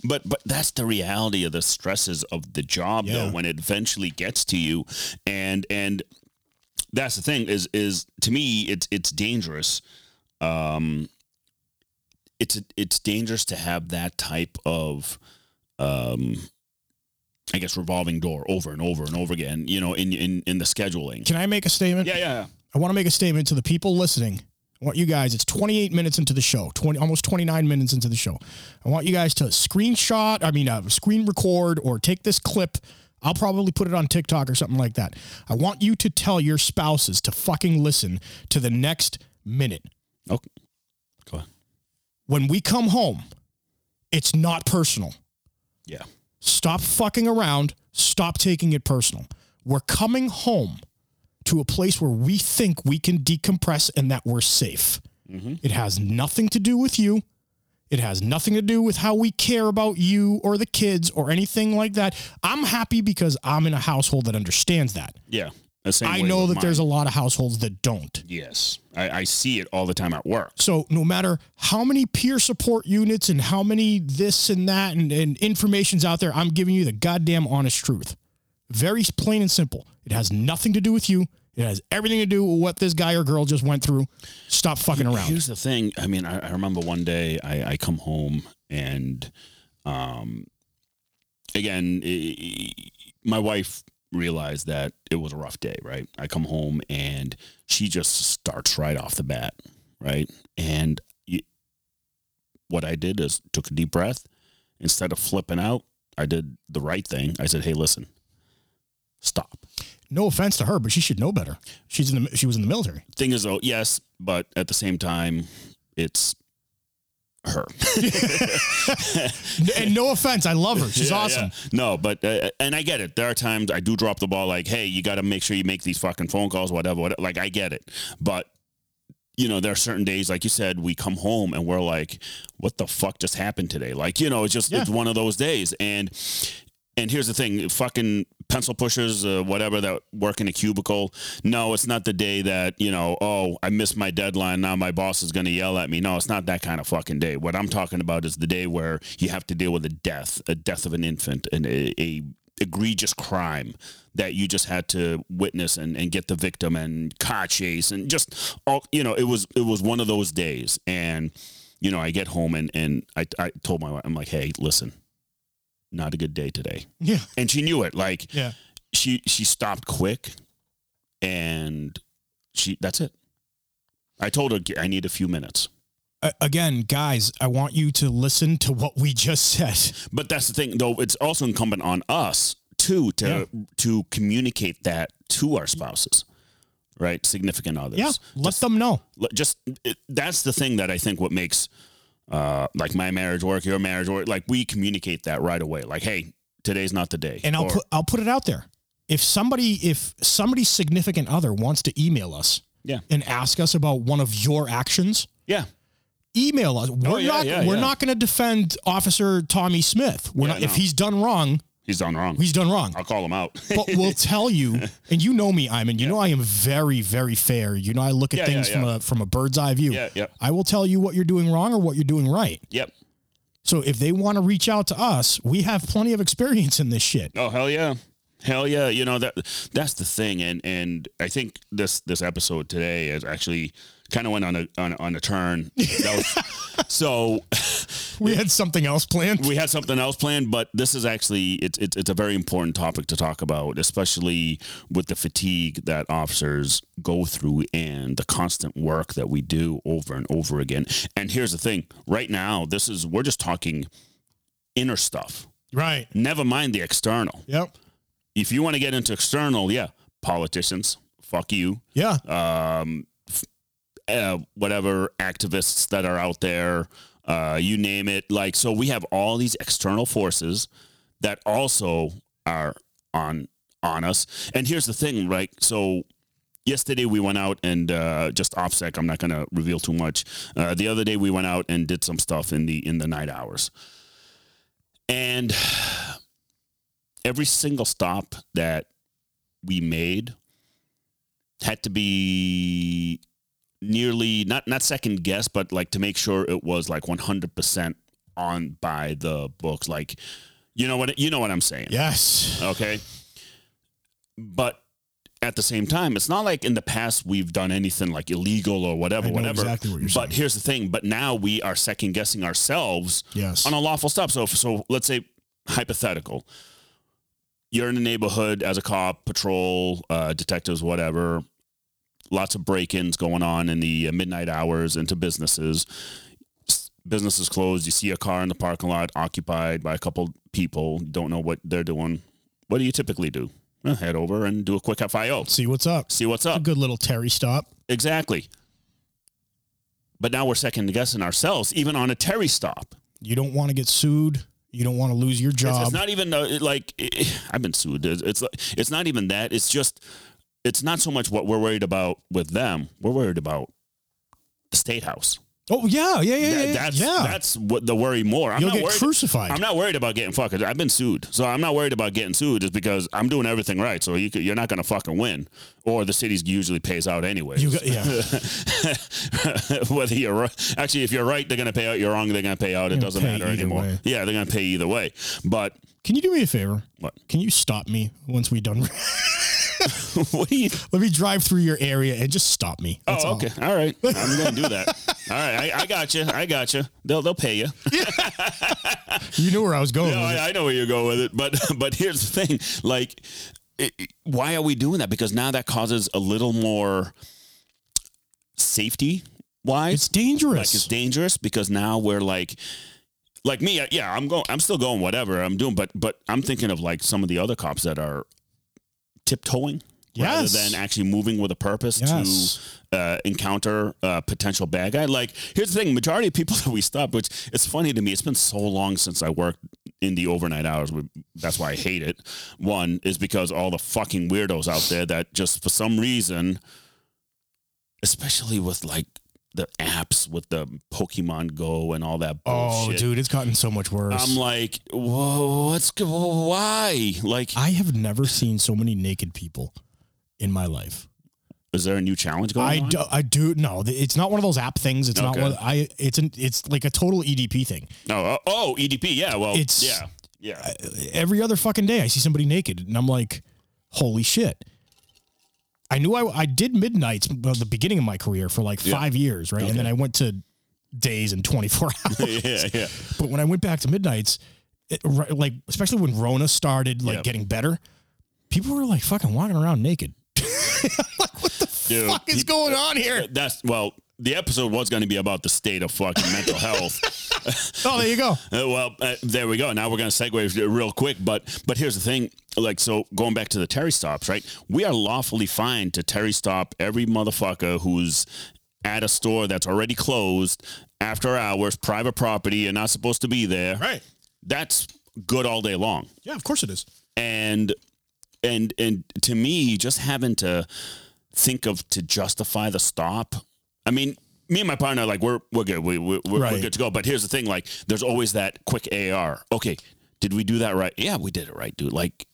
[SPEAKER 2] but but that's the reality of the stresses of the job
[SPEAKER 1] Yeah.
[SPEAKER 2] though when it eventually gets to you and and that's the thing is is to me it's it's dangerous um it's it's dangerous to have that type of um I guess revolving door over and over and over again, you know, in in in the scheduling.
[SPEAKER 1] Can I make a statement?
[SPEAKER 2] Yeah, yeah.
[SPEAKER 1] I want to make a statement to the people listening. I want you guys, it's 28 minutes into the show, 20, almost 29 minutes into the show. I want you guys to screenshot, I mean, uh, screen record or take this clip. I'll probably put it on TikTok or something like that. I want you to tell your spouses to fucking listen to the next minute.
[SPEAKER 2] Okay. Go on.
[SPEAKER 1] when we come home, it's not personal.
[SPEAKER 2] Yeah.
[SPEAKER 1] Stop fucking around. Stop taking it personal. We're coming home to a place where we think we can decompress and that we're safe.
[SPEAKER 2] Mm-hmm.
[SPEAKER 1] It has nothing to do with you. It has nothing to do with how we care about you or the kids or anything like that. I'm happy because I'm in a household that understands that.
[SPEAKER 2] Yeah. The same
[SPEAKER 1] I
[SPEAKER 2] way
[SPEAKER 1] know
[SPEAKER 2] with
[SPEAKER 1] that
[SPEAKER 2] mine.
[SPEAKER 1] there's a lot of households that don't.
[SPEAKER 2] Yes, I, I see it all the time at work.
[SPEAKER 1] So no matter how many peer support units and how many this and that and, and information's out there, I'm giving you the goddamn honest truth. Very plain and simple. It has nothing to do with you. It has everything to do with what this guy or girl just went through. Stop fucking around.
[SPEAKER 2] Here's the thing. I mean, I, I remember one day I, I come home and, um, again, i- i- my wife realized that it was a rough day, right? I come home and she just starts right off the bat, right? And you, what I did is took a deep breath. Instead of flipping out, I did the right thing. I said, "Hey, listen, stop."
[SPEAKER 1] No offense to her, but she should know better. She's in the she was in the military.
[SPEAKER 2] thing is though yes but at the same time it's her
[SPEAKER 1] And no offense, I love her. She's
[SPEAKER 2] Yeah,
[SPEAKER 1] awesome.
[SPEAKER 2] yeah. no but uh, and i get it there are times i do drop the ball like hey you got to make sure you make these fucking phone calls whatever, whatever like i get it but you know there are certain days like you said we come home and we're like what the fuck just happened today like you know it's just it's
[SPEAKER 1] Yeah.
[SPEAKER 2] one of those days and and here's the thing fucking pencil pushers uh, whatever that work in a cubicle no it's not the day that you know oh i missed my deadline now my boss is going to yell at me no it's not that kind of fucking day what i'm talking about is the day where you have to deal with a death a death of an infant and a, a egregious crime that you just had to witness and, and get the victim and car chase and just all you know it was it was one of those days and you know i get home and and i, I told my wife i'm like hey listen not a good day today
[SPEAKER 1] Yeah.
[SPEAKER 2] and she knew it like
[SPEAKER 1] Yeah.
[SPEAKER 2] she she stopped quick and she that's it i told her i need a few minutes
[SPEAKER 1] A- again, guys, I want you to listen to what we just said.
[SPEAKER 2] but that's the thing though it's also incumbent on us too to to communicate that to our spouses right significant others
[SPEAKER 1] Yeah. Let them know.
[SPEAKER 2] L- just it, that's the thing that I think what makes uh like my marriage work, your marriage work, like we communicate that right away. Like, hey, today's not the day.
[SPEAKER 1] and I'll
[SPEAKER 2] Or-
[SPEAKER 1] put I'll put it out there. If somebody if somebody's significant other wants to email us
[SPEAKER 2] Yeah.
[SPEAKER 1] and ask us about one of your actions,
[SPEAKER 2] yeah,
[SPEAKER 1] email us. We're
[SPEAKER 2] Oh, yeah,
[SPEAKER 1] not
[SPEAKER 2] yeah,
[SPEAKER 1] we're
[SPEAKER 2] yeah.
[SPEAKER 1] not going to defend Officer Tommy Smith. We're
[SPEAKER 2] Yeah,
[SPEAKER 1] not,
[SPEAKER 2] no.
[SPEAKER 1] if he's done wrong,
[SPEAKER 2] he's done wrong.
[SPEAKER 1] he's done wrong.
[SPEAKER 2] I'll call him out.
[SPEAKER 1] But we'll tell you, and you know me, Iman. You know I am very, very fair. You know I look at
[SPEAKER 2] Yeah, yeah,
[SPEAKER 1] things from
[SPEAKER 2] yeah.
[SPEAKER 1] a from a bird's eye view.
[SPEAKER 2] yeah, yeah,
[SPEAKER 1] I will tell you what you're doing wrong or what you're doing right.
[SPEAKER 2] yep.
[SPEAKER 1] So if they want to reach out to us, we have plenty of experience in this shit.
[SPEAKER 2] Oh hell yeah, hell yeah. You know that that's the thing, and and I think this this episode today is actually kind of went on a on, a- on a turn. That was, so
[SPEAKER 1] We had something else planned.
[SPEAKER 2] we had something else planned, but this is actually it's it's it's a very important topic to talk about, especially with the fatigue that officers go through and the constant work that we do over and over again. And here's the thing: right now, this is we're just talking inner stuff.
[SPEAKER 1] right.
[SPEAKER 2] Never mind the external.
[SPEAKER 1] Yep.
[SPEAKER 2] If you want to get into external, yeah, politicians, fuck you
[SPEAKER 1] Yeah.
[SPEAKER 2] um, f- uh, whatever activists that are out there, uh, you name it. Like, so we have all these external forces that also are on on us. And here's the thing, right? So yesterday we went out and uh, just offsec. I'm not going to reveal too much. Uh, the other day we went out and did some stuff in the in the night hours, and every single stop that we made had to be nearly not not second guess but like to make sure it was like 100% on by the books like you know what you know what i'm saying
[SPEAKER 1] Yes.
[SPEAKER 2] okay but at the same time it's not like in the past we've done anything like illegal or whatever
[SPEAKER 1] I know
[SPEAKER 2] whatever
[SPEAKER 1] exactly what you're
[SPEAKER 2] but here's the thing but now we are second guessing ourselves
[SPEAKER 1] Yes.
[SPEAKER 2] on a lawful stop. So, so let's say hypothetical, you're in a neighborhood as a cop, patrol, uh, detectives, whatever. Lots of break-ins going on in the uh, midnight hours into businesses. S- Businesses closed. You see a car in the parking lot occupied by a couple people. Don't know what they're doing. What do you typically do? Well, head over and do a quick FIO.
[SPEAKER 1] See what's up.
[SPEAKER 2] See what's up.
[SPEAKER 1] A good little Terry stop.
[SPEAKER 2] Exactly. But now we're second guessing ourselves, even on a Terry stop.
[SPEAKER 1] You don't want to get sued. You don't want to lose your
[SPEAKER 2] It's,
[SPEAKER 1] job.
[SPEAKER 2] it's not even uh, it- like I've been sued. It's, it's it's not even that. It's just it's not so much what we're worried about with them. We're worried about the state house.
[SPEAKER 1] Oh yeah, yeah, yeah,
[SPEAKER 2] That-
[SPEAKER 1] yeah.
[SPEAKER 2] that's
[SPEAKER 1] yeah.
[SPEAKER 2] that's what the worry more. I'm
[SPEAKER 1] You'll
[SPEAKER 2] not
[SPEAKER 1] get
[SPEAKER 2] worried.
[SPEAKER 1] crucified.
[SPEAKER 2] I'm not worried about getting fucked. I've been sued, so I'm not worried about getting sued. Just because I'm doing everything right, so you could, you're not going to fucking win, or the city usually pays out anyway.
[SPEAKER 1] You got- yeah.
[SPEAKER 2] Whether you're right, actually, if you're right, they're going to pay out. You're wrong, they're going to pay out. It
[SPEAKER 1] They'll
[SPEAKER 2] doesn't
[SPEAKER 1] pay
[SPEAKER 2] matter
[SPEAKER 1] either
[SPEAKER 2] anymore.
[SPEAKER 1] way.
[SPEAKER 2] Yeah, they're going to pay either way. But
[SPEAKER 1] Can you do me a favor?
[SPEAKER 2] What?
[SPEAKER 1] Can you stop me once we done?
[SPEAKER 2] what do you?
[SPEAKER 1] Let me drive through your area and just stop me. That's
[SPEAKER 2] oh,
[SPEAKER 1] all.
[SPEAKER 2] okay. All right. I'm going to do that. All right. I, I got you. I got you. They'll they'll pay you.
[SPEAKER 1] You knew where I was going.
[SPEAKER 2] No,
[SPEAKER 1] with it.
[SPEAKER 2] I, I know where you go with it, but but here's the thing: like, it, it- why are we doing that? Because now that causes a little more safety wise.
[SPEAKER 1] it's dangerous.
[SPEAKER 2] Like, it's dangerous because now we're like, like me, I- yeah, I'm going, I'm still going, whatever I'm doing, but but I'm thinking of like some of the other cops that are tiptoeing.
[SPEAKER 1] Yes.
[SPEAKER 2] Rather than actually moving with a purpose
[SPEAKER 1] Yes.
[SPEAKER 2] to uh, encounter a potential bad guy, like here's the thing: majority of people that we stop, which it's funny to me. It's been so long since I worked in the overnight hours. we- That's why I hate it. One is because all the fucking weirdos out there that just for some reason, especially with like the apps with the Pokemon Go and all that
[SPEAKER 1] oh,
[SPEAKER 2] bullshit.
[SPEAKER 1] dude, it's gotten so much worse.
[SPEAKER 2] I'm like, whoa, what's go- why? Like,
[SPEAKER 1] I have never seen so many naked people in my life.
[SPEAKER 2] is there a new challenge going
[SPEAKER 1] I
[SPEAKER 2] on?
[SPEAKER 1] do, I do no. th- It's not one of those app things. It's not
[SPEAKER 2] Okay.
[SPEAKER 1] one. I. It's an. It's like a total EDP thing.
[SPEAKER 2] No, oh, oh, EDP. Yeah, well,
[SPEAKER 1] It's-
[SPEAKER 2] yeah, yeah.
[SPEAKER 1] Every other fucking day, I see somebody naked, and I'm like, holy shit. I knew I I did midnights well, the beginning of my career for like
[SPEAKER 2] Yeah.
[SPEAKER 1] five years, right? And then I went to days and 24 hours.
[SPEAKER 2] yeah, yeah.
[SPEAKER 1] but when I went back to midnights, it, right, like especially when Rona started like
[SPEAKER 2] Yep.
[SPEAKER 1] getting better, people were like fucking walking around naked.
[SPEAKER 2] Dude,
[SPEAKER 1] Fuck is going on here?
[SPEAKER 2] that's well. The episode was going to be about the state of fucking mental health.
[SPEAKER 1] Oh, there you go.
[SPEAKER 2] Uh, well, uh, there we go. Now we're going to segue real quick, but but here's the thing. Like, so going back to the Terry stops, right? We are lawfully fine to Terry stop every motherfucker who's at a store that's already closed after hours, private property, and not supposed to be there.
[SPEAKER 1] Right.
[SPEAKER 2] That's good all day long
[SPEAKER 1] Yeah, of course it is.
[SPEAKER 2] and and and to me just having to think of to justify the stop i mean me and my partner like we're we're good we, we, we're,
[SPEAKER 1] Right.
[SPEAKER 2] we're good to go but here's the thing like there's always that quick ar okay did we do that right yeah we did it right dude like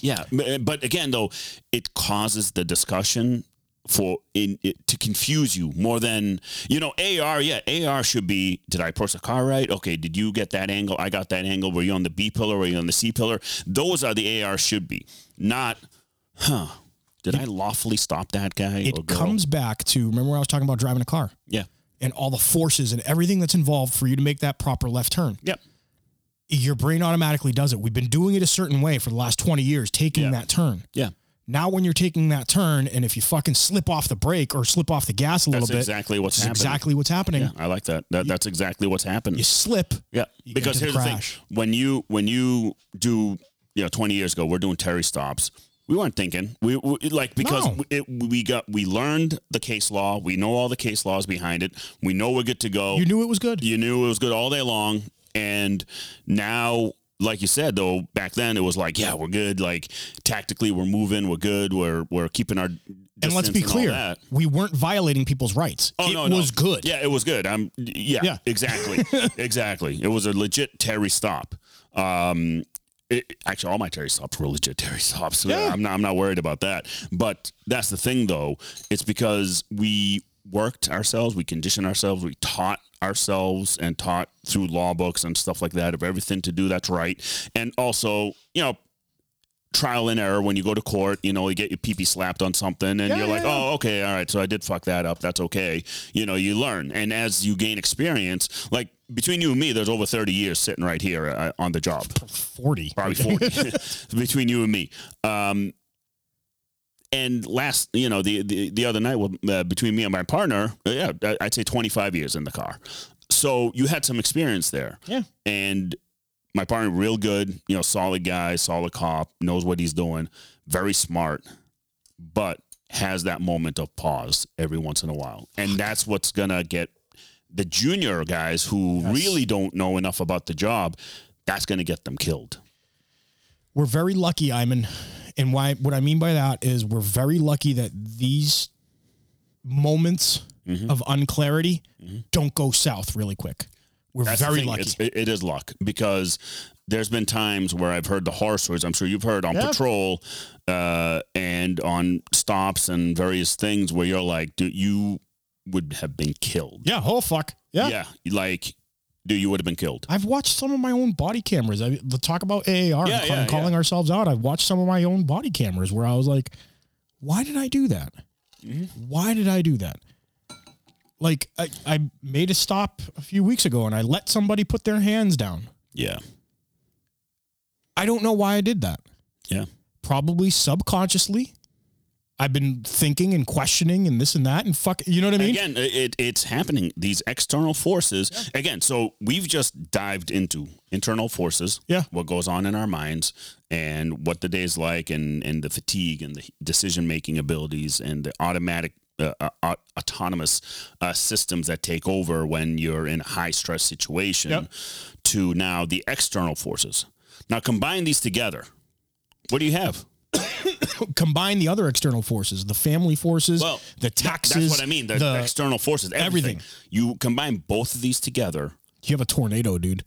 [SPEAKER 2] yeah m- eh, but again though it causes the discussion for in it, to confuse you more than you know AR yeah AR should be did I approach the car right okay did you get that angle I got that angle were you on the B pillar were you on the C pillar those are the AR should be not huh did I lawfully stop that guy
[SPEAKER 1] It
[SPEAKER 2] or girl?
[SPEAKER 1] comes back to remember when I was talking about driving a car
[SPEAKER 2] yeah
[SPEAKER 1] and all the forces and everything that's involved for you to make that proper left turn.
[SPEAKER 2] yep
[SPEAKER 1] Your brain automatically does it. We've been doing it a certain way for the last 20 years, taking
[SPEAKER 2] Yeah.
[SPEAKER 1] that turn.
[SPEAKER 2] yeah
[SPEAKER 1] Now, when you're taking that turn, and if you fucking slip off the brake or slip off the gas a little
[SPEAKER 2] that's
[SPEAKER 1] bit,
[SPEAKER 2] exactly what's
[SPEAKER 1] this is
[SPEAKER 2] happening
[SPEAKER 1] exactly what's happening.
[SPEAKER 2] yeah I like that, that that's exactly what's happened
[SPEAKER 1] You slip.
[SPEAKER 2] Yeah,
[SPEAKER 1] You get
[SPEAKER 2] because
[SPEAKER 1] into
[SPEAKER 2] here's
[SPEAKER 1] the
[SPEAKER 2] the thing:
[SPEAKER 1] crash.
[SPEAKER 2] when you when you do, you know, 20 years ago, we're doing Terry stops. We weren't thinking. We, we like because
[SPEAKER 1] No.
[SPEAKER 2] it, we got we learned the case law. We know all the case laws behind it. We know we're good to go.
[SPEAKER 1] You knew it was good.
[SPEAKER 2] You knew it was good all day long, and now. Like you said, though, back then it was like, yeah, we're good. Like tactically, we're moving, we're good, we're we're keeping our.
[SPEAKER 1] and let's
[SPEAKER 2] distance
[SPEAKER 1] be
[SPEAKER 2] all
[SPEAKER 1] clear,
[SPEAKER 2] that.
[SPEAKER 1] we weren't violating people's rights.
[SPEAKER 2] Oh
[SPEAKER 1] it
[SPEAKER 2] no, no,
[SPEAKER 1] was good.
[SPEAKER 2] Yeah, it was good. I'm yeah,
[SPEAKER 1] Yeah.
[SPEAKER 2] exactly, exactly. It was a legit Terry stop. Um, it, actually, all my Terry stops were legit Terry stops. so
[SPEAKER 1] Yeah.
[SPEAKER 2] I'm not, I'm not worried about that. But that's the thing, though. It's because we worked ourselves, we conditioned ourselves, we taught ourselves, and taught through law books and stuff like that of everything to do that's right, and also you know trial and error when you go to court. You know, you get your pee pee slapped on something, and
[SPEAKER 1] Yeah,
[SPEAKER 2] you're
[SPEAKER 1] yeah,
[SPEAKER 2] like,
[SPEAKER 1] yeah.
[SPEAKER 2] oh, okay, all right, so I did fuck that up. That's okay. You know, you learn, and as you gain experience, like between you and me, there's over 30 years sitting right here uh, on the job,
[SPEAKER 1] 40.
[SPEAKER 2] probably 40 between you and me. Um, and last, you know, the the, the other night with, uh, between me and my partner, uh, yeah, I- I'd say 25 years in the car. So you had some experience there
[SPEAKER 1] Yeah.
[SPEAKER 2] and my partner real good you know solid guy solid cop knows what he's doing very smart but has that moment of pause every once in a while and that's what's gonna get the junior guys who really don't know enough about the job that's gonna get them killed
[SPEAKER 1] we're very lucky, Iman. And why what I mean by that is we're very lucky that these moments
[SPEAKER 2] Mhm.
[SPEAKER 1] of unclarity,
[SPEAKER 2] Mhm.
[SPEAKER 1] don't go south really quick. We're
[SPEAKER 2] That's the
[SPEAKER 1] very
[SPEAKER 2] thing,
[SPEAKER 1] lucky.
[SPEAKER 2] It's, it- it is luck because there's been times where I've heard the horror stories. I'm sure you've heard on
[SPEAKER 1] Yeah.
[SPEAKER 2] patrol uh, and on stops and various things where you're like, dude, you would have been killed.
[SPEAKER 1] yeah, oh fuck. Yeah.
[SPEAKER 2] like, dude, you would have been killed.
[SPEAKER 1] I've watched some of my own body cameras. I the talk about AAR and
[SPEAKER 2] Yeah,
[SPEAKER 1] ca-
[SPEAKER 2] yeah,
[SPEAKER 1] and calling ourselves out. I've watched some of my own body cameras where I was like, why did I do that?
[SPEAKER 2] Mhm.
[SPEAKER 1] Why did I do that? Like I, I made a stop a few weeks ago and I let somebody put their hands down.
[SPEAKER 2] Yeah.
[SPEAKER 1] I don't know why I did that.
[SPEAKER 2] Yeah.
[SPEAKER 1] Probably subconsciously. I've been thinking and questioning and this and that and fuck you know what I mean?
[SPEAKER 2] again, it, it- it's happening. These external forces. Again, so we've just dived into internal forces.
[SPEAKER 1] Yeah.
[SPEAKER 2] What goes on in our minds and what the day's like and, and the fatigue and the decision making abilities and the automatic. Uh, uh, au- autonomous uh, systems that take over when you're in a high stress situation
[SPEAKER 1] Yep.
[SPEAKER 2] to now the external forces. Now combine these together. What do you have?
[SPEAKER 1] Combine the other external forces, the family forces,
[SPEAKER 2] Well,
[SPEAKER 1] the
[SPEAKER 2] That's
[SPEAKER 1] taxes.
[SPEAKER 2] what I mean. The,
[SPEAKER 1] the-
[SPEAKER 2] external forces, everything.
[SPEAKER 1] everything.
[SPEAKER 2] You combine both of these together.
[SPEAKER 1] you have a tornado, dude.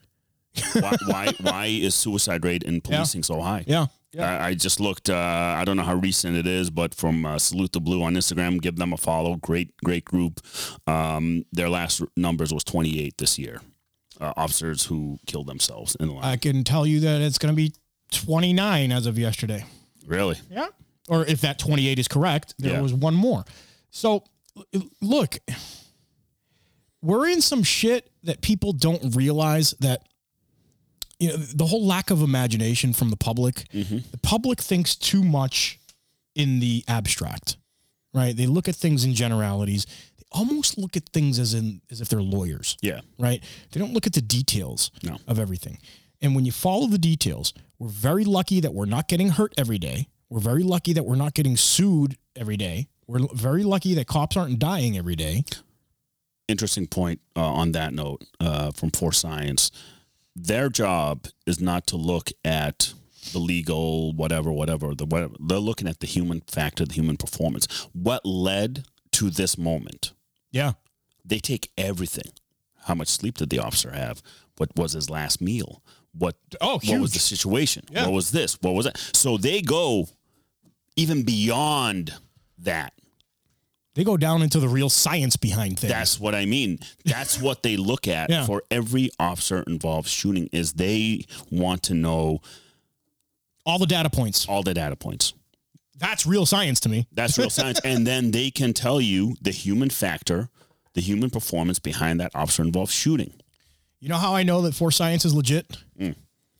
[SPEAKER 2] why, why why is suicide rate in policing so high?
[SPEAKER 1] Yeah.
[SPEAKER 2] I, I just looked. Uh, I don't know how recent it is, but from uh, Salute the Blue on Instagram, give them a follow. Great, great group. Um, their last r- numbers was 28 this year. Uh, officers who killed themselves in the line.
[SPEAKER 1] I can tell you that it's going to be 29 as of yesterday.
[SPEAKER 2] really?
[SPEAKER 1] Yeah. Or if that 28 is correct, there
[SPEAKER 2] Yeah.
[SPEAKER 1] was one more. So l- look, we're in some shit that people don't realize that you know the whole lack of imagination from the public.
[SPEAKER 2] Mm-hmm.
[SPEAKER 1] The public thinks too much in the abstract. Right? They look at things in generalities. They almost look at things as in as if they're lawyers
[SPEAKER 2] Yeah.
[SPEAKER 1] right? They don't look at the details
[SPEAKER 2] No.
[SPEAKER 1] of everything. And when you follow the details, we're very lucky that we're not getting hurt every day. We're very lucky that we're not getting sued every day. We're l- very lucky that cops aren't dying every day.
[SPEAKER 2] Interesting point uh, on that note uh, from Force Science. Their job is not to look at the legal whatever, whatever. The whatever. They're looking at the human factor, the human performance. What led to this moment?
[SPEAKER 1] Yeah.
[SPEAKER 2] they take everything. How much sleep did the officer have? What was his last meal? What
[SPEAKER 1] Oh,
[SPEAKER 2] what was
[SPEAKER 1] huge.
[SPEAKER 2] the situation?
[SPEAKER 1] Yeah.
[SPEAKER 2] What was this? What was that? So they go even beyond that.
[SPEAKER 1] They go down into the real science behind things.
[SPEAKER 2] That's what I mean. That's what they look at
[SPEAKER 1] Yeah.
[SPEAKER 2] for every officer involved shooting is they want to know
[SPEAKER 1] All the data points.
[SPEAKER 2] all the data points.
[SPEAKER 1] That's real science to me.
[SPEAKER 2] That's real science. And then they can tell you the human factor, the human performance behind that officer involved shooting.
[SPEAKER 1] You know how I know that Force Science is legit?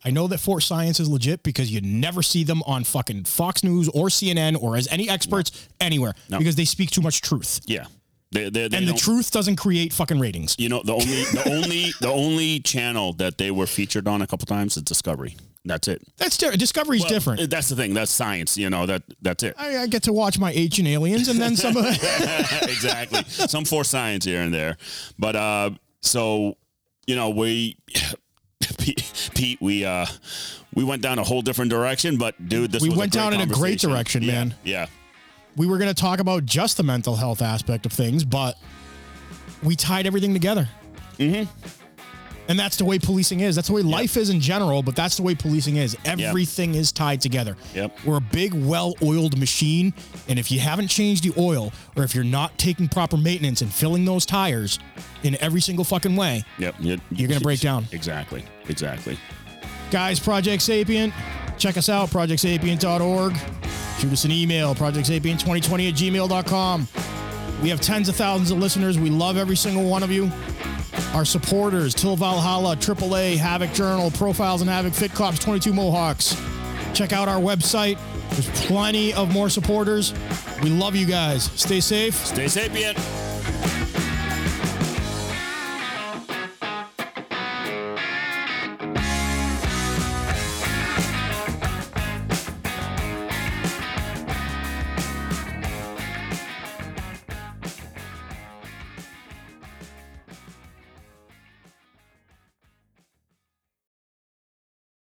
[SPEAKER 1] I know that Force Science is legit because you never see them on fucking Fox News or CNN or as any experts anywhere because they speak too much truth.
[SPEAKER 2] Yeah. They, they, they
[SPEAKER 1] and the
[SPEAKER 2] don't-
[SPEAKER 1] truth doesn't create fucking ratings.
[SPEAKER 2] You know, the only the only the only channel that they were featured on a couple times is Discovery. That's it. Uh,
[SPEAKER 1] That's di- Discovery's different.
[SPEAKER 2] That's the thing. That's science. You know that that's it.
[SPEAKER 1] I, I get to watch my ancient aliens and then some of the,
[SPEAKER 2] exactly. Some for science here and there, but uh, so you know we. Pete, Pete, we uh, we went down a whole different direction, but dude, this
[SPEAKER 1] We
[SPEAKER 2] was
[SPEAKER 1] went
[SPEAKER 2] a great
[SPEAKER 1] down in a great
[SPEAKER 2] conversation.
[SPEAKER 1] direction,
[SPEAKER 2] Yeah,
[SPEAKER 1] man.
[SPEAKER 2] Yeah,
[SPEAKER 1] we were going to talk about just the mental health aspect of things, but we tied everything together. Mm-hmm. And that's the way policing is. That's the way life is in general, but that's the way policing is. Everything is tied together.
[SPEAKER 2] Yep.
[SPEAKER 1] We're a big, well oiled machine. And if you haven't changed the oil or if you're not taking proper maintenance and filling those tires in every single fucking way,
[SPEAKER 2] yep. you-
[SPEAKER 1] You're gonna break down.
[SPEAKER 2] Exactly, exactly.
[SPEAKER 1] guys project sapient check us out projectsapient.org shoot us an email projectsapient2020 at gmail.com we have tens of thousands of listeners we love every single one of you our supporters till valhalla aaa havoc journal profiles and havoc fit cops 22 mohawks check out our website there's plenty of more supporters we love you guys stay safe
[SPEAKER 2] Stay sapient.